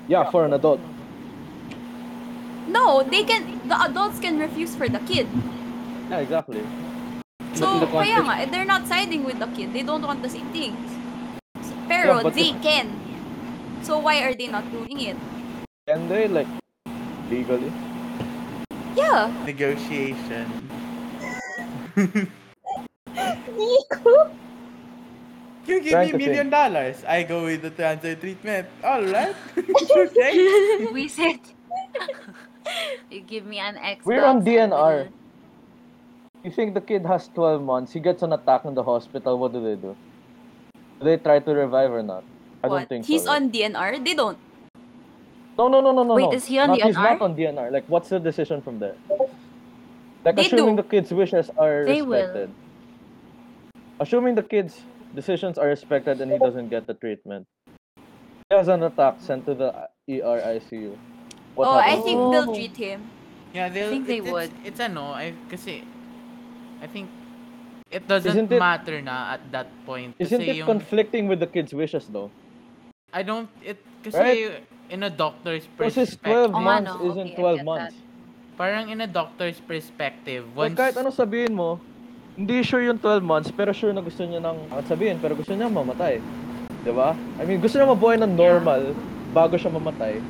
Yeah, for an adult. No, they can, the adults can refuse for the kid. Yeah, exactly. So, kaya nga, eh, they're not siding with the kid. They don't want the same things. Pero Yeah, but they if- can. So, why are they not doing it? Can they like legally? Yeah. Negotiation. Nico! You give Trying me to million think. dollars, I go with the cancer treatment. Alright. we said... you give me an Xbox. We're on DNR. You think the kid has 12 months, he gets an attack in the hospital, what do they do? Do they try to revive or not? I What? don't think He's so. on DNR? They don't. No, no, no, no, no. Wait, no. is he on Not- He's DNR? not on DNR. Like, what's the decision from there? Like, They assuming the kid's wishes are They will. respected. Assuming the kid's decisions are respected and he doesn't get the treatment. He has an attack sent to the ER ICU. What oh, I happens? think they'll treat him. Yeah, they'll, think they it- it's, would. It's ano, I, kasi, I think, it doesn't Isn't it- matter na at that point. Kasi Isn't it yung, conflicting with the kid's wishes though? I don't, it, kasi Right? in a doctor's Because his perspective. 12 months isn't 12 months. Parang in a doctor's perspective, once, Like, kahit ano sabihin mo, hindi sure yung 12 months, pero sure na gusto niya ng, at sabihin, pero gusto niya mamatay. 'Di ba? I mean, gusto niya mabuhay ng normal bago siya mamatay.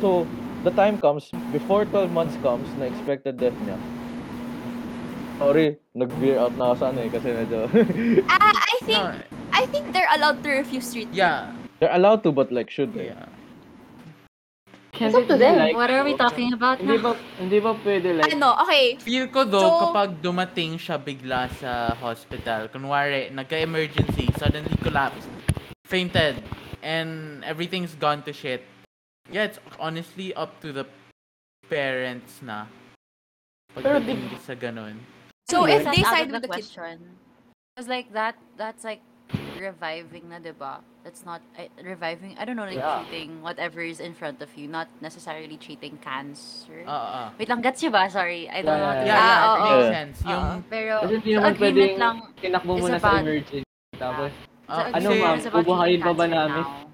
So, the time comes, before 12 months comes, na expected death niya. Sorry, nag-veer out na ako sa ano eh, kasi medyo... Ah, I think, I think they're allowed to refuse treatment. yeah. They're allowed to, but like, should they? Can It's up to they, them. like, What are ano, we talking about Hindi ba, now? hindi ba pwede like... Ano, okay. Feel ko though, So- kapag dumating siya bigla sa hospital, kunwari, nagka-emergency, suddenly collapsed, fainted, and everything's gone to shit. Yeah, it's honestly up to the parents na. Pero Pagdating sa ganun. So, if That's they out side of with the kid- question, because like that, that's like reviving na, diba? That's not eh, reviving. I don't know, like Yeah. treating whatever is in front of you, not necessarily treating cancer. Ah, ah. Wait lang, gets you ba? Sorry, I don't know. how to Yeah, yeah, yeah, say that. Ah, it makes sense. Yung, Ah, Pero Kasi hindi sa naman agreement pwedeng lang tinakbo is muna about- sa emergency. Tapos, Sa Uh, ano agreement ma'am, is about bubuhayin pa treating ba cancer namin? now.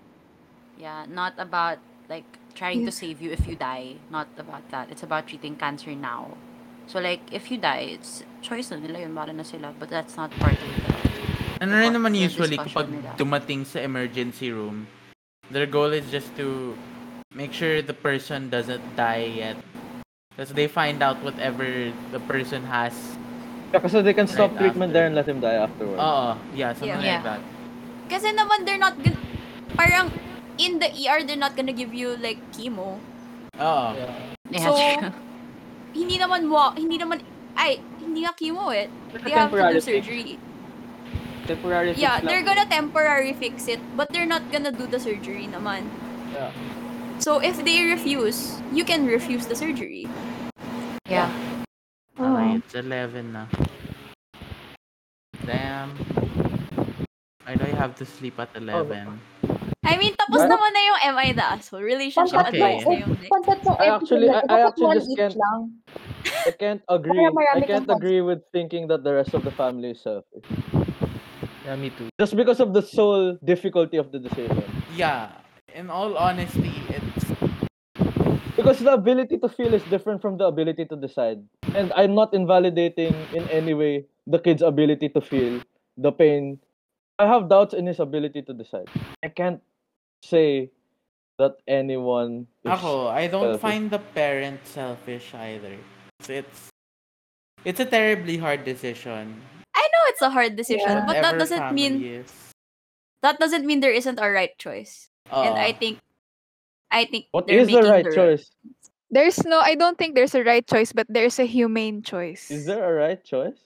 Yeah, not about like trying to save you if you die. Not about that. It's about treating cancer now. So like, if you die, it's choice na nila yun, bala na sila. But that's not part of the Ano rin naman Yung usually discussion kapag nila. dumating sa emergency room, their goal is just to make sure the person doesn't die yet. Because they find out whatever the person has. Yeah, so they can stop Right Ah. treatment there and let him die afterwards. Oo, yeah, something Yeah. like that. Kasi naman, they're not gonna, parang, in the ER, they're not gonna give you, like, chemo. Oo. So, hindi naman mo, hindi naman, ay, hindi nga chemo eh. They have to do Temporary fix. surgery. Temporary fix Yeah, lang. they're gonna temporary fix it, but they're not gonna do the surgery naman. Yeah. So, if they refuse, you can refuse the surgery. Yeah. Alright, Uh-huh. it's 11 na. Damn. Why do I have to sleep at 11? Oh, I mean, tapos Well- naman na yung Am I the Asshole? Relationship Okay. advice na yung next. I actually, I, I actually just each can't. I can't agree. I marami can't kang agree with thinking that the rest of the family is selfish. Yeah, me too. Just because of the sole difficulty of the decision. Yeah, in all honesty, it's Because the ability to feel is different from the ability to decide. And I'm not invalidating in any way the kid's ability to feel the pain. I have doubts in his ability to decide. I can't say that anyone. is Ako, I don't selfish. find the parent selfish either. So it's it's a terribly hard decision. I know it's a hard decision, but that Whatever doesn't mean family is. that doesn't mean there isn't a right choice. and Oo. Uh-huh. I think I think What is they're the making right choice? There's no, I don't think there's a right choice, but there's a humane choice. Is there a right choice?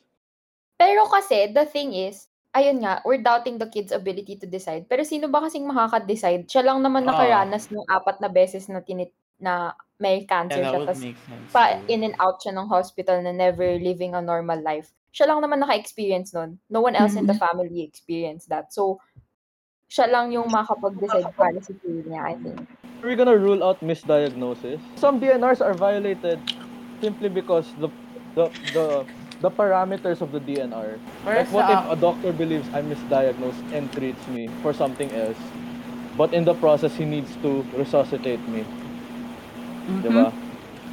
Pero kasi, the thing is, ayun nga, we're doubting the kid's ability to decide. Pero sino ba kasing makaka-decide? Siya lang naman Ah. nakaranas ng apat na beses na tinit na may cancer Yeah, siya. that would tas make sense. Mm. pa in and out siya ng hospital na never living a normal life. Siya lang naman naka-experience nun. No one else Mm-hmm. in the family experienced that. So, siya lang yung makakapag-decide para sa kid niya, I think. Are we gonna rule out misdiagnosis? Some DNRs are violated simply because the the the, the parameters of the DNR. Para like, what sa if a doctor believes I'm misdiagnosed and treats me for something else, but in the process he needs to resuscitate me? Diba?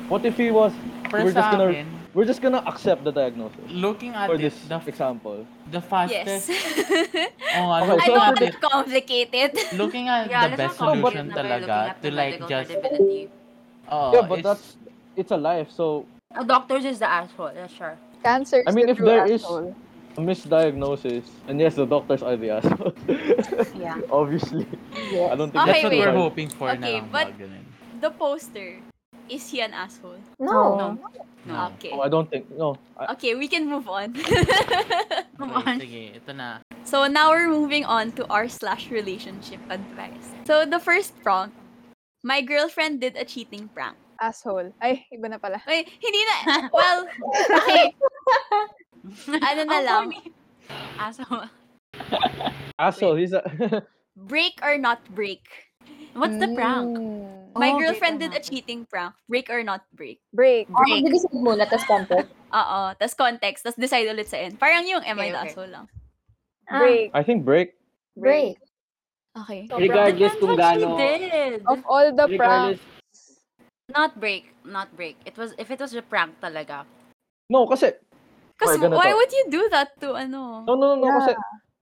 What if he was? Mm-hmm. Para we're just sa gonna akin- we're just gonna accept the diagnosis. Looking at for it, this example, The fastest. Oh, Yes. Oo nga, Okay, so- I don't want to complicate it. Looking at Yeah, the let's best not complicate solution it na by looking talaga at to the like medical just credibility. oh yeah, but it's- that's it's a life. So A Oh, doctor's is the asshole, yeah, sure. Cancer I mean, if there is a misdiagnosis, and yes, the doctors are the assholes. Yeah. Obviously. I don't think Okay, that's wait. what we're hoping for Okay, na lang but- mga ganun. the poster. Is he an asshole? No. No. No. Okay. Oh, I don't think. No. I, Okay, we can move on. Okay, sige, ito na. So now we're moving on to our slash relationship advice. So the first prompt, my girlfriend did a cheating prank. Asshole. Ay, iba na pala. Wait, hindi na, well, okay. ano na Ang lang, Asshole. asshole. He's a. break or not break. What's the prank? Mm, Hmm. My Oh, break girlfriend or did a cheating prank. Break or not break. Break. Break. Ako, decide muna, tas context. Oo, tas context, tas decide ulit sa end. Parang yung am Okay, I the okay. asshole lang. Break. I think break. Break. Okay. Regardless kung gaano. Of all the Regardless. pranks. Not break, not break. It was if it was a prank talaga. No, kasi. Because We're gonna why talk. would you do that to ano? No, no, no, no. Kasi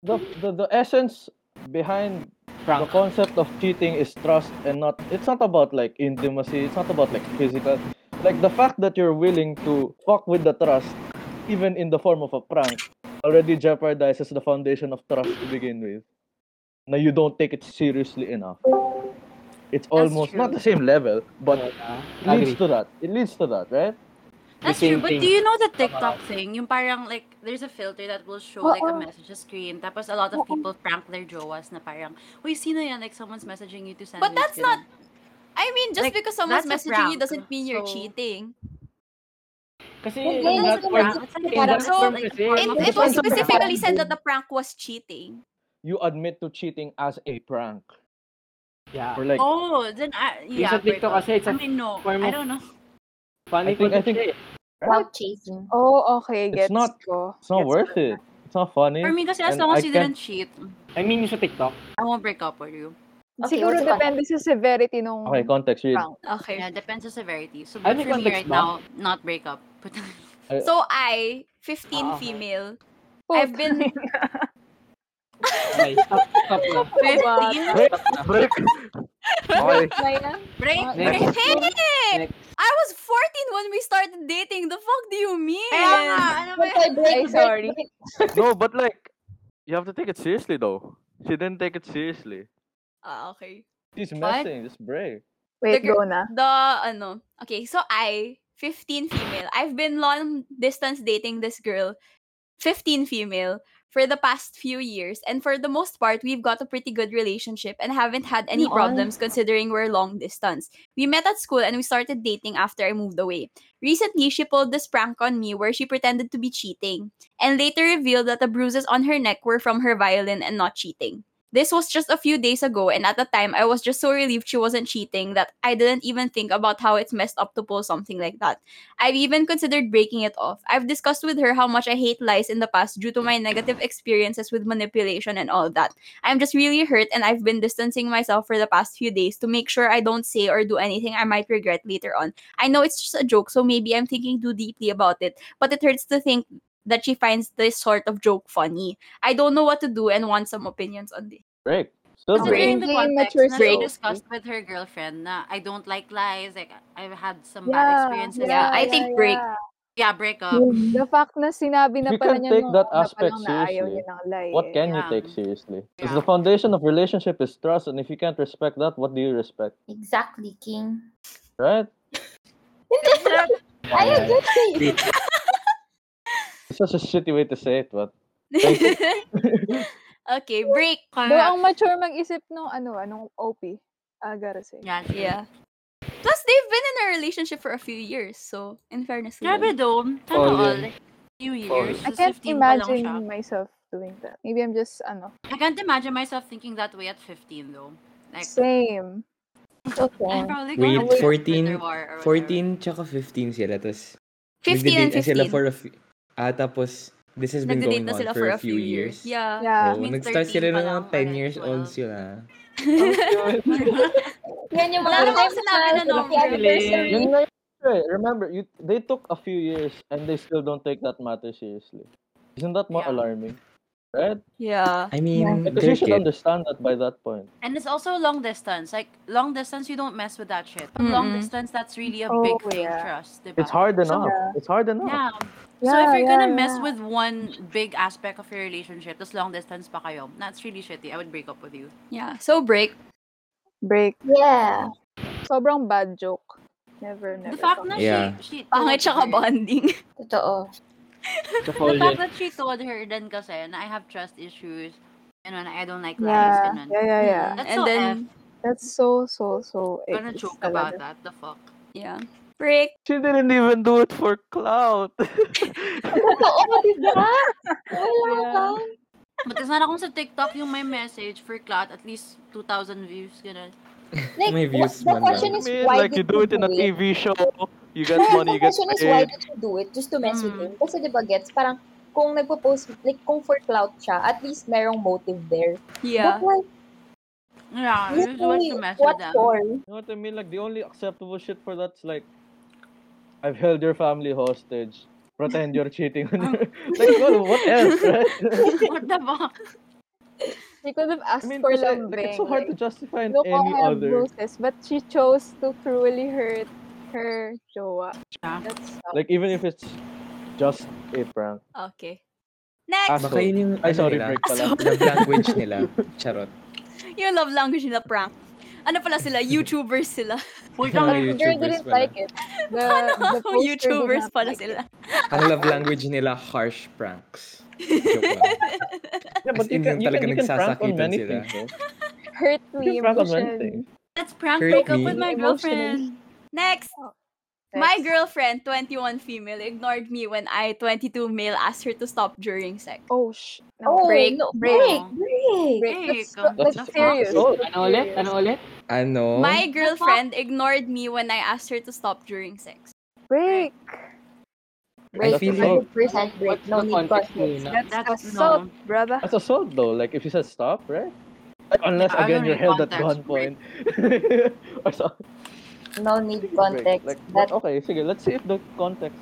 the, the the essence behind the concept of cheating is trust and not. It's not about like intimacy. It's not about like physical. Like the fact that you're willing to fuck with the trust, even in the form of a prank, already jeopardizes the foundation of trust to begin with. Now you don't take it seriously enough. It's almost not the same level, but it leads ah, agree. to that. It leads to that, right? That's true, but do you know the TikTok thing? Yung parang like there's a filter that will show like a Uh-uh. Oo. message screen. Tapos a lot of people prank their jowas na parang, "Uy, sino yan? Like someone's messaging you to send But this," that's ganun. not, I mean, just Like, because someone's that's a messaging you prank, doesn't mean you're so- cheating. Kasi Hindi, in that kasi form, parang- in that So, form kasi. It, it was specifically said that the prank was cheating. You admit to cheating as a prank. Yeah. Or like, oh, then I, Yung yeah. sa TikTok break up. kasi, it's a I mean, no, form I of- don't know. funny I think- I thing think- kasi. Cloud chasing. Oh, okay. It's Gets not- ko. it's not Gets worth ko. it. It's not funny. For me kasi as and long I as you can't- didn't cheat, I mean, yung sa TikTok. I won't break up with you. Okay, Siguro what's the- depende sa severity nung Okay, context, yun. prank. Okay. Yeah, depends on severity. So Ano yung good for me context right ba? now, not breakup. But So I, 15 Ah, okay. female. I've been Stop na. 15. Break! Break! Okay. Break, Next. break. Hey! Next. I was 14 when we started dating. The fuck do you mean? Kaya nga, ano ba yun? Ay, break, sorry. break. no, but like, you have to take it seriously though. She didn't take it seriously. Ah, okay. She's What? messing. Just break. the, gir- The, ano, okay, so I, 15 female. I've been long distance dating this girl, 15 female, for the past few years. And for the most part, we've got a pretty good relationship and haven't had any Ano? problems considering we're long distance. We met at school and we started dating after I moved away. Recently, she pulled this prank on me where she pretended to be cheating and later revealed that the bruises on her neck were from her violin and not cheating. This was just a few days ago, and at the time, I was just so relieved she wasn't cheating that I didn't even think about how it's messed up to pull something like that. I've even considered breaking it off. I've discussed with her how much I hate lies in the past due to my negative experiences with manipulation and all that. I'm just really hurt, and I've been distancing myself for the past few days to make sure I don't say or do anything I might regret later on. I know it's just a joke, so maybe I'm thinking too deeply about it, but it hurts to think that she finds this sort of joke funny. I don't know what to do and want some opinions on this. Break. Still considering break. the Hindi context mature na she state. discussed with her girlfriend na I don't like lies, like I've had some Yeah, bad experiences. yeah, I yeah, think break. yeah. Yeah, break up. The fact na sinabi na You pala can niya take nung that una pa aspect lang na ayaw seriously. niya ng lie. What eh. can you take seriously? Because the foundation of relationship is trust, and if you can't respect that, what do you respect? Exactly, King. Right? I agree. It's such a shitty way to say it, but okay, break. Pero ang mature mag-isip nung ano, anong OP. I gotta say. Yeah. Yeah. Plus, they've been in a relationship for a few years, so in fairness, to Grabe them. daw. Ano Oh, all? yeah. Few years. I tas can't 15 pa lang imagine siya. myself doing that. Maybe I'm just, ano, I can't imagine myself thinking that way at 15 though. Like, same. I'm probably Wait, gonna wait for the 14, war or whatever. 14 tsaka 15 sila. Tapos, 15 and nagde-date na sila 15. for a few, ah, tapos, this has been Nagde-date going na on sila for a few years. Yeah. Oo, nag-start sila na ng 10 years old sila. Oh, Yan yung Wala mga namang sinabi na Happy anniversary. Yun nga yun, eh. Remember, you, they took a few years and they still don't take that matter seriously. Isn't that more alarming? Right? Yeah. I mean, because you they're should kid. understand that by that point. And it's also long distance. Like long distance, you don't mess with that shit. But long Mm-mm. distance, that's really a Oh, big thing. yeah. Trust. diba? It's hard So- enough. It's hard enough. Yeah. so if Yeah, you're gonna yeah, mess yeah. with one big aspect of your relationship, this long distance pa kayo, that's really shitty. I would break up with you. Yeah. So break. Break. Yeah. Sobrang bad joke. Never, never. The fact na Yeah. she, she Pangit told siya ka her- bonding. Totoo. Sa The fact Folgate. that she told her then kasi na I have trust issues and I don't like lies. Yeah, ganun. yeah, yeah, yeah. That's so F. That's so, so, so I'm gonna X joke talaga. about that. The fuck. Yeah. Break. She didn't even do it for clout. Totoo, di ba? Wala ka. Buti sana kung sa TikTok yung may message for clout, at least 2,000 views, ganun. Like, May views the man question lang. is, why like you did do it in a it? TV show, you get money, you the get question is, why paid. Hmm. did you do it? Just to mess with him? Kasi di ba, gets, parang, kung nagpo-post, like, kung for clout siya, at least merong motive there. Yeah. But like, Yeah, you just want literally, to mess what with them. for? You know what I mean? Like the only acceptable shit for that's like, I've held your family hostage. Pretend you're cheating on her. like, well, what else, right? what the fuck? She could have asked I mean, for kasi, lambing. like, it's so hard to justify in Look, I any have other. bruises, but she chose to cruelly hurt her jowa. That's Like, even if it's just a prank. Okay. Next. Baka yun yung, Ay, ano sorry, nila, break pala. love language nila. Charot. Yung love language nila prank. Ano pala sila? YouTubers sila. Mga YouTubers pala. it. ano? the poster did YouTubers not pala sila. Ang love language nila, harsh pranks. Joke lang. Yeah, As in, yung talaga nagsasakitan sila. hurt me. emotion. Let's prank Hurt break up me. with my girlfriend. Next. My girlfriend, 21 female, ignored me when I, 22 male, asked her to stop during sex. Oh, sh. Oh, break. no, break. Break. Break. That's serious. Ano ulit? Ano ulit? Ano? My girlfriend ignored me when I asked her to stop during sex. Break. I feel like, 100% break. No need context context. na- That's That's assault, brother. That's assault though. Like, if you said stop, right? Like, unless I again don't you're need held at context. gunpoint. Or so- No need Break. context. Like, That- okay, sige, let's see if the context.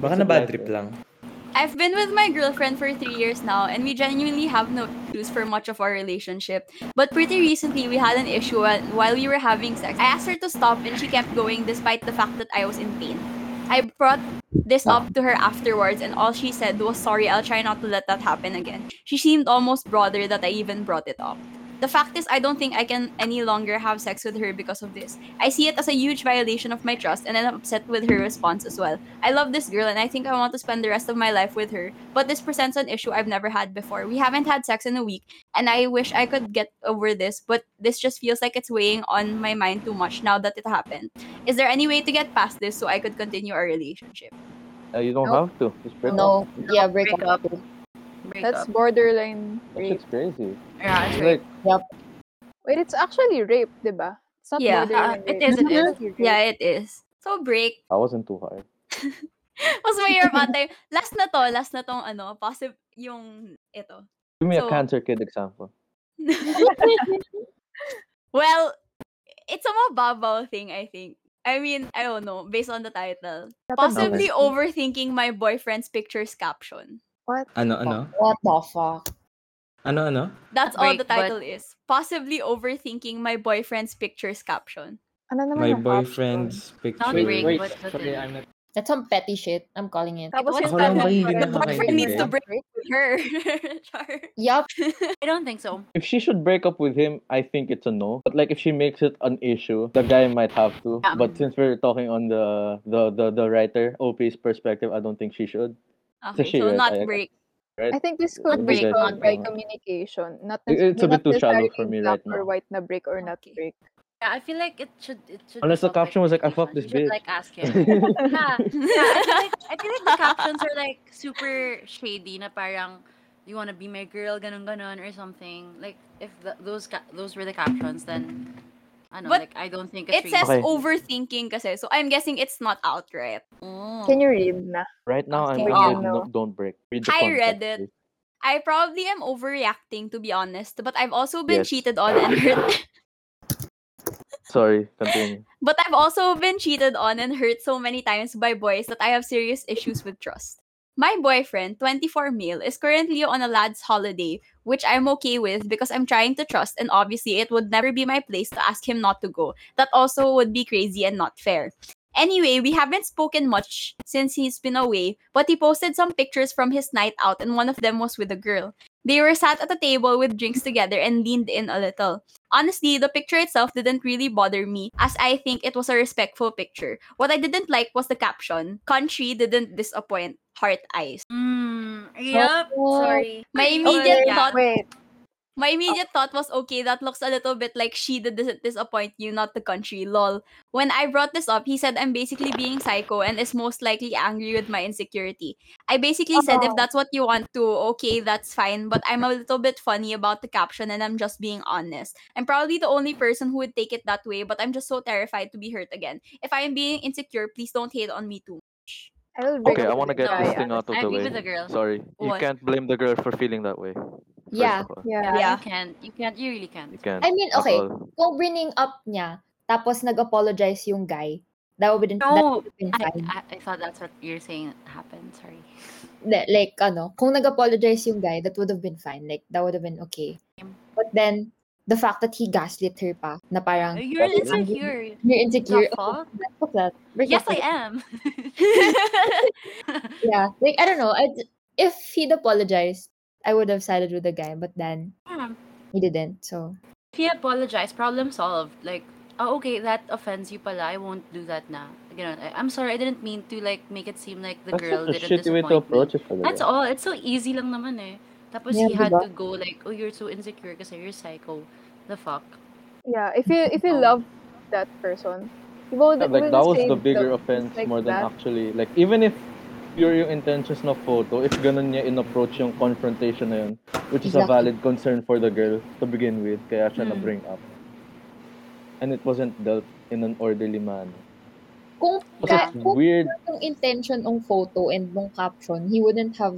Baka na bad trip lang. I've been with my girlfriend for three years now, and we genuinely have no issues for much of our relationship. But pretty recently, we had an issue whi- while we were having sex. I asked her to stop, and she kept going despite the fact that I was in pain. I brought this up to her afterwards, and all she said was, Sorry, I'll try not to let that happen again. She seemed almost bothered that I even brought it up. The fact is, I don't think I can any longer have sex with her because of this. I see it as a huge violation of my trust, and I'm upset with her response as well. I love this girl, and I think I want to spend the rest of my life with her, but this presents an issue I've never had before. We haven't had sex in a week, and I wish I could get over this, but this just feels like it's weighing on my mind too much now that it happened. Is there any way to get past this so I could continue our relationship? Uh, you don't have to. Just break up. No, yeah, break, up. That's borderline rape. It's crazy. Yeah, it's Like, Wait, it's actually rape, di ba? It's not Yeah, borderline uh, it rape. is, it is. Actually rape. Yeah, it is. So break. I wasn't too hard. Mas mahirap ata. yung- Last na to, last na tong ano, possible yung ito. Give me a So- cancer kid example. well, it's a mababaw thing, I think. I mean, I don't know, based on the title. Okay. Possibly overthinking my boyfriend's picture's caption. What? Ano, ano? What the fuck? Ano, ano? That's all Break, the title is. Possibly overthinking my boyfriend's picture's caption. Ano naman My ang boyfriend's picture. Not break, Wait, but- but Sorry, I'm not. That's some petty shit. I'm calling it. Tapos Ako lang ba yung boyfriend needs to nakakaintindi? break with her. Char. Yup. I don't think so. If she should break up with him, I think it's a no. But like if she makes it an issue, the guy might have to. Yeah. But since we're talking on the the the, the writer OP's perspective, I don't think she should. It's a Okay, she, right? so not I- break. Right? I think this could Break, be caused by break. communication. Not It- nec- it's a not bit too shallow necessarily for me black right now. Or white na break or not break. Yeah, I feel like it should it should be Unless the felt like caption was like, "I fucked this you should bitch." like ask him. yeah, yeah, I feel like I feel like the captions are like super shady na parang you wanna be my girl ganun ganun or something. Like if the, those ca- those were the captions then I don't know, But like I don't think it's It says Okay. overthinking kasi. So I'm guessing it's not outright. Oh. Can you read na? Right now, I'm Okay. in with Um, no, don't break. Read the I context, read it. please. I probably am overreacting to be honest, but I've also been Yes. cheated on and hurt. Sorry, continue. but I've also been cheated on and hurt so many times by boys that I have serious issues with trust. My boyfriend, 24 male, is currently on a lad's holiday, which I'm okay with because I'm trying to trust and obviously it would never be my place to ask him not to go. That also would be crazy and not fair. Anyway, we haven't spoken much since he's been away, but he posted some pictures from his night out, and one of them was with a girl. They were sat at a table with drinks together and leaned in a little. Honestly, the picture itself didn't really bother me, as I think it was a respectful picture. What I didn't like was the caption Country didn't disappoint, heart eyes. Mm, yep, sorry. Oh. My immediate yeah. thought Wait, my immediate Oh. thought was, okay, that looks a little bit like she did dis- disappoint you, not the country, lol. When I brought this up, he said I'm basically being psycho and is most likely angry with my insecurity. I basically said, Oh. if that's what you want to, okay, that's fine, but I'm a little bit funny about the caption and I'm just being honest. I'm probably the only person who would take it that way, but I'm just so terrified to be hurt again. If I am being insecure, please don't hate on me too much. I'll break Okay, I with want to the get guy, this thing ah. out of I the agree way. with the girl. Sorry, you What? can't blame the girl for feeling that way. First Yeah. of all, Uh-huh. Yeah. Yeah. You can you can't you really can't. you can't. I mean, at okay. all. Kung bringing up niya, tapos nag-apologize yung guy, that would been, that No, would've been I, fine. I, I thought that's what you're saying happened. Sorry. Li- like, ano, kung nag-apologize yung guy, that would have been fine. Like, that would have been okay. But then, the fact that he gaslit her pa, na parang, You're "Ang- insecure. You're insecure. It's not Okay, fuck that. Break Yes, up I with- am. Yeah, like, I don't know. I, if he'd apologized, I would have sided with the guy, but then, Yeah. he didn't, so. If you apologize, problem solved. Like, oh, okay, that offends you pala. I won't do that na. Ganun. I- I'm sorry, I didn't mean to, like, make it seem like the That's girl such a didn't shitty way disappoint to me. approach it for the That's girl. all. It's so easy lang naman eh. Tapos Yeah, he had diba? to go like, oh, you're so insecure kasi you're psycho. The fuck? Yeah, if you if Oh. you love that person, you will, Yeah, like will that was say the bigger those things offense like more than that. actually like even if pure yung intentions na photo if ganun niya in-approach yung confrontation na yun which is a Exactly. valid concern for the girl to begin with kaya siya Mm. Hmm. na-bring up and it wasn't dealt in an orderly manner Kung, Kasi ka, it's kung weird yung intention ng photo and ng caption, he wouldn't have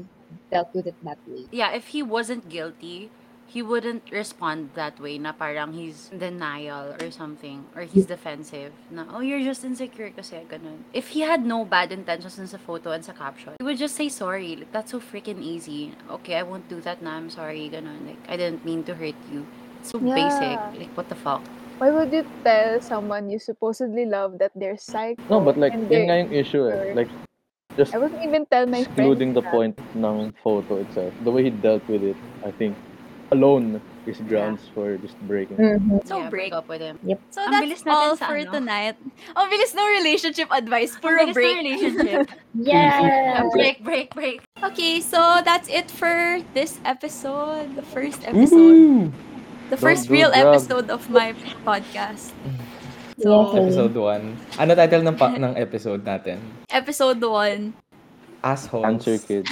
dealt with it that way. Yeah, if he wasn't guilty, he wouldn't respond that way na parang he's in denial or something or he's defensive na oh you're just insecure kasi ganun if he had no bad intentions dun sa photo and sa caption he would just say sorry like, that's so freaking easy okay I won't do that na I'm sorry ganun like I didn't mean to hurt you it's so Yeah. basic like what the fuck Why would you tell someone you supposedly love that they're psycho? No, but like, and yun nga they're yung issue eh. insecure? Like, just I wouldn't even tell my friends. excluding the that. point ng photo itself. The way he dealt with it, I think, alone is grounds for just breaking. Hmm. Mm-hmm. So break. up with him Yep. So Ang bilis natin that's all sa for ano. tonight. Ang bilis ng relationship advice. bilis Puro ng break. relationship. yeah. break break break Okay, so that's it for this episode. The first episode. The Don't first do real drugs. episode of my podcast. Episode 1. Ano title ng, pa- ng episode natin? Episode 1. Assholes. Answer kids.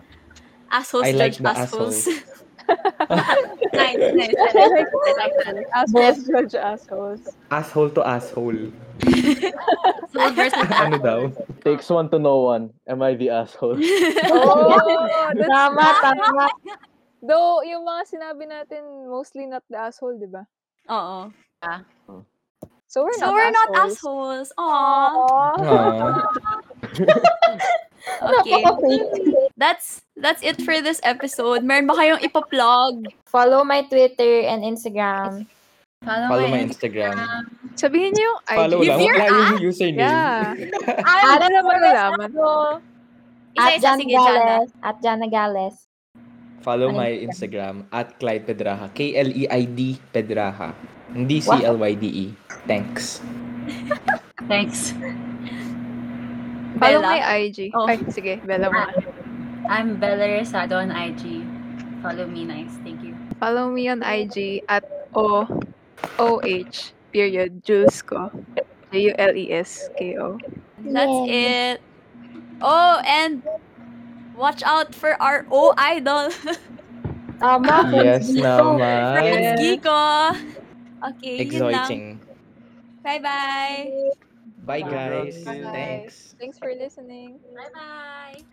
assholes I like judge the assholes. assholes. nice, nice. I like that. Assholes judge assholes. Asshole to asshole. ano daw? Takes one to know one. Am I the asshole? Oh, that's- Tama, tama. Though, yung mga sinabi natin, mostly not the asshole, di ba? Oo. So we're So not we're not assholes. assholes. Aww. Oh. Aw. okay. That's that's it for this episode. Meron ba kayong ipa-plug? Follow my Twitter and Instagram. Follow, Follow my Instagram. Sabihin niyo yung IG. Follow lang. Wala yung username. Yeah. At- Para naman malaman. At Isa-isa, Jan Ah, sige, Jana. Gales. At Jana Gales. Follow my Instagram at Clyde Pedraha. K-L-E-I-D Pedraha. Hindi Wow. C-L-Y-D-E. E. Thanks. thanks Follow Bella. my IG. Oh. Ay, sige. Bella mo. I'm Bella Resado on IG follow me nice thank you Follow me on IG at O O H period Jules ko. J U L E S K O. That's it. Oh, and watch out for our O idol. Tama. Yes naman. Friends Giko. Okay, yun lang. Exciting. Bye-bye. Bye guys. Thanks. Thanks for listening. Bye bye.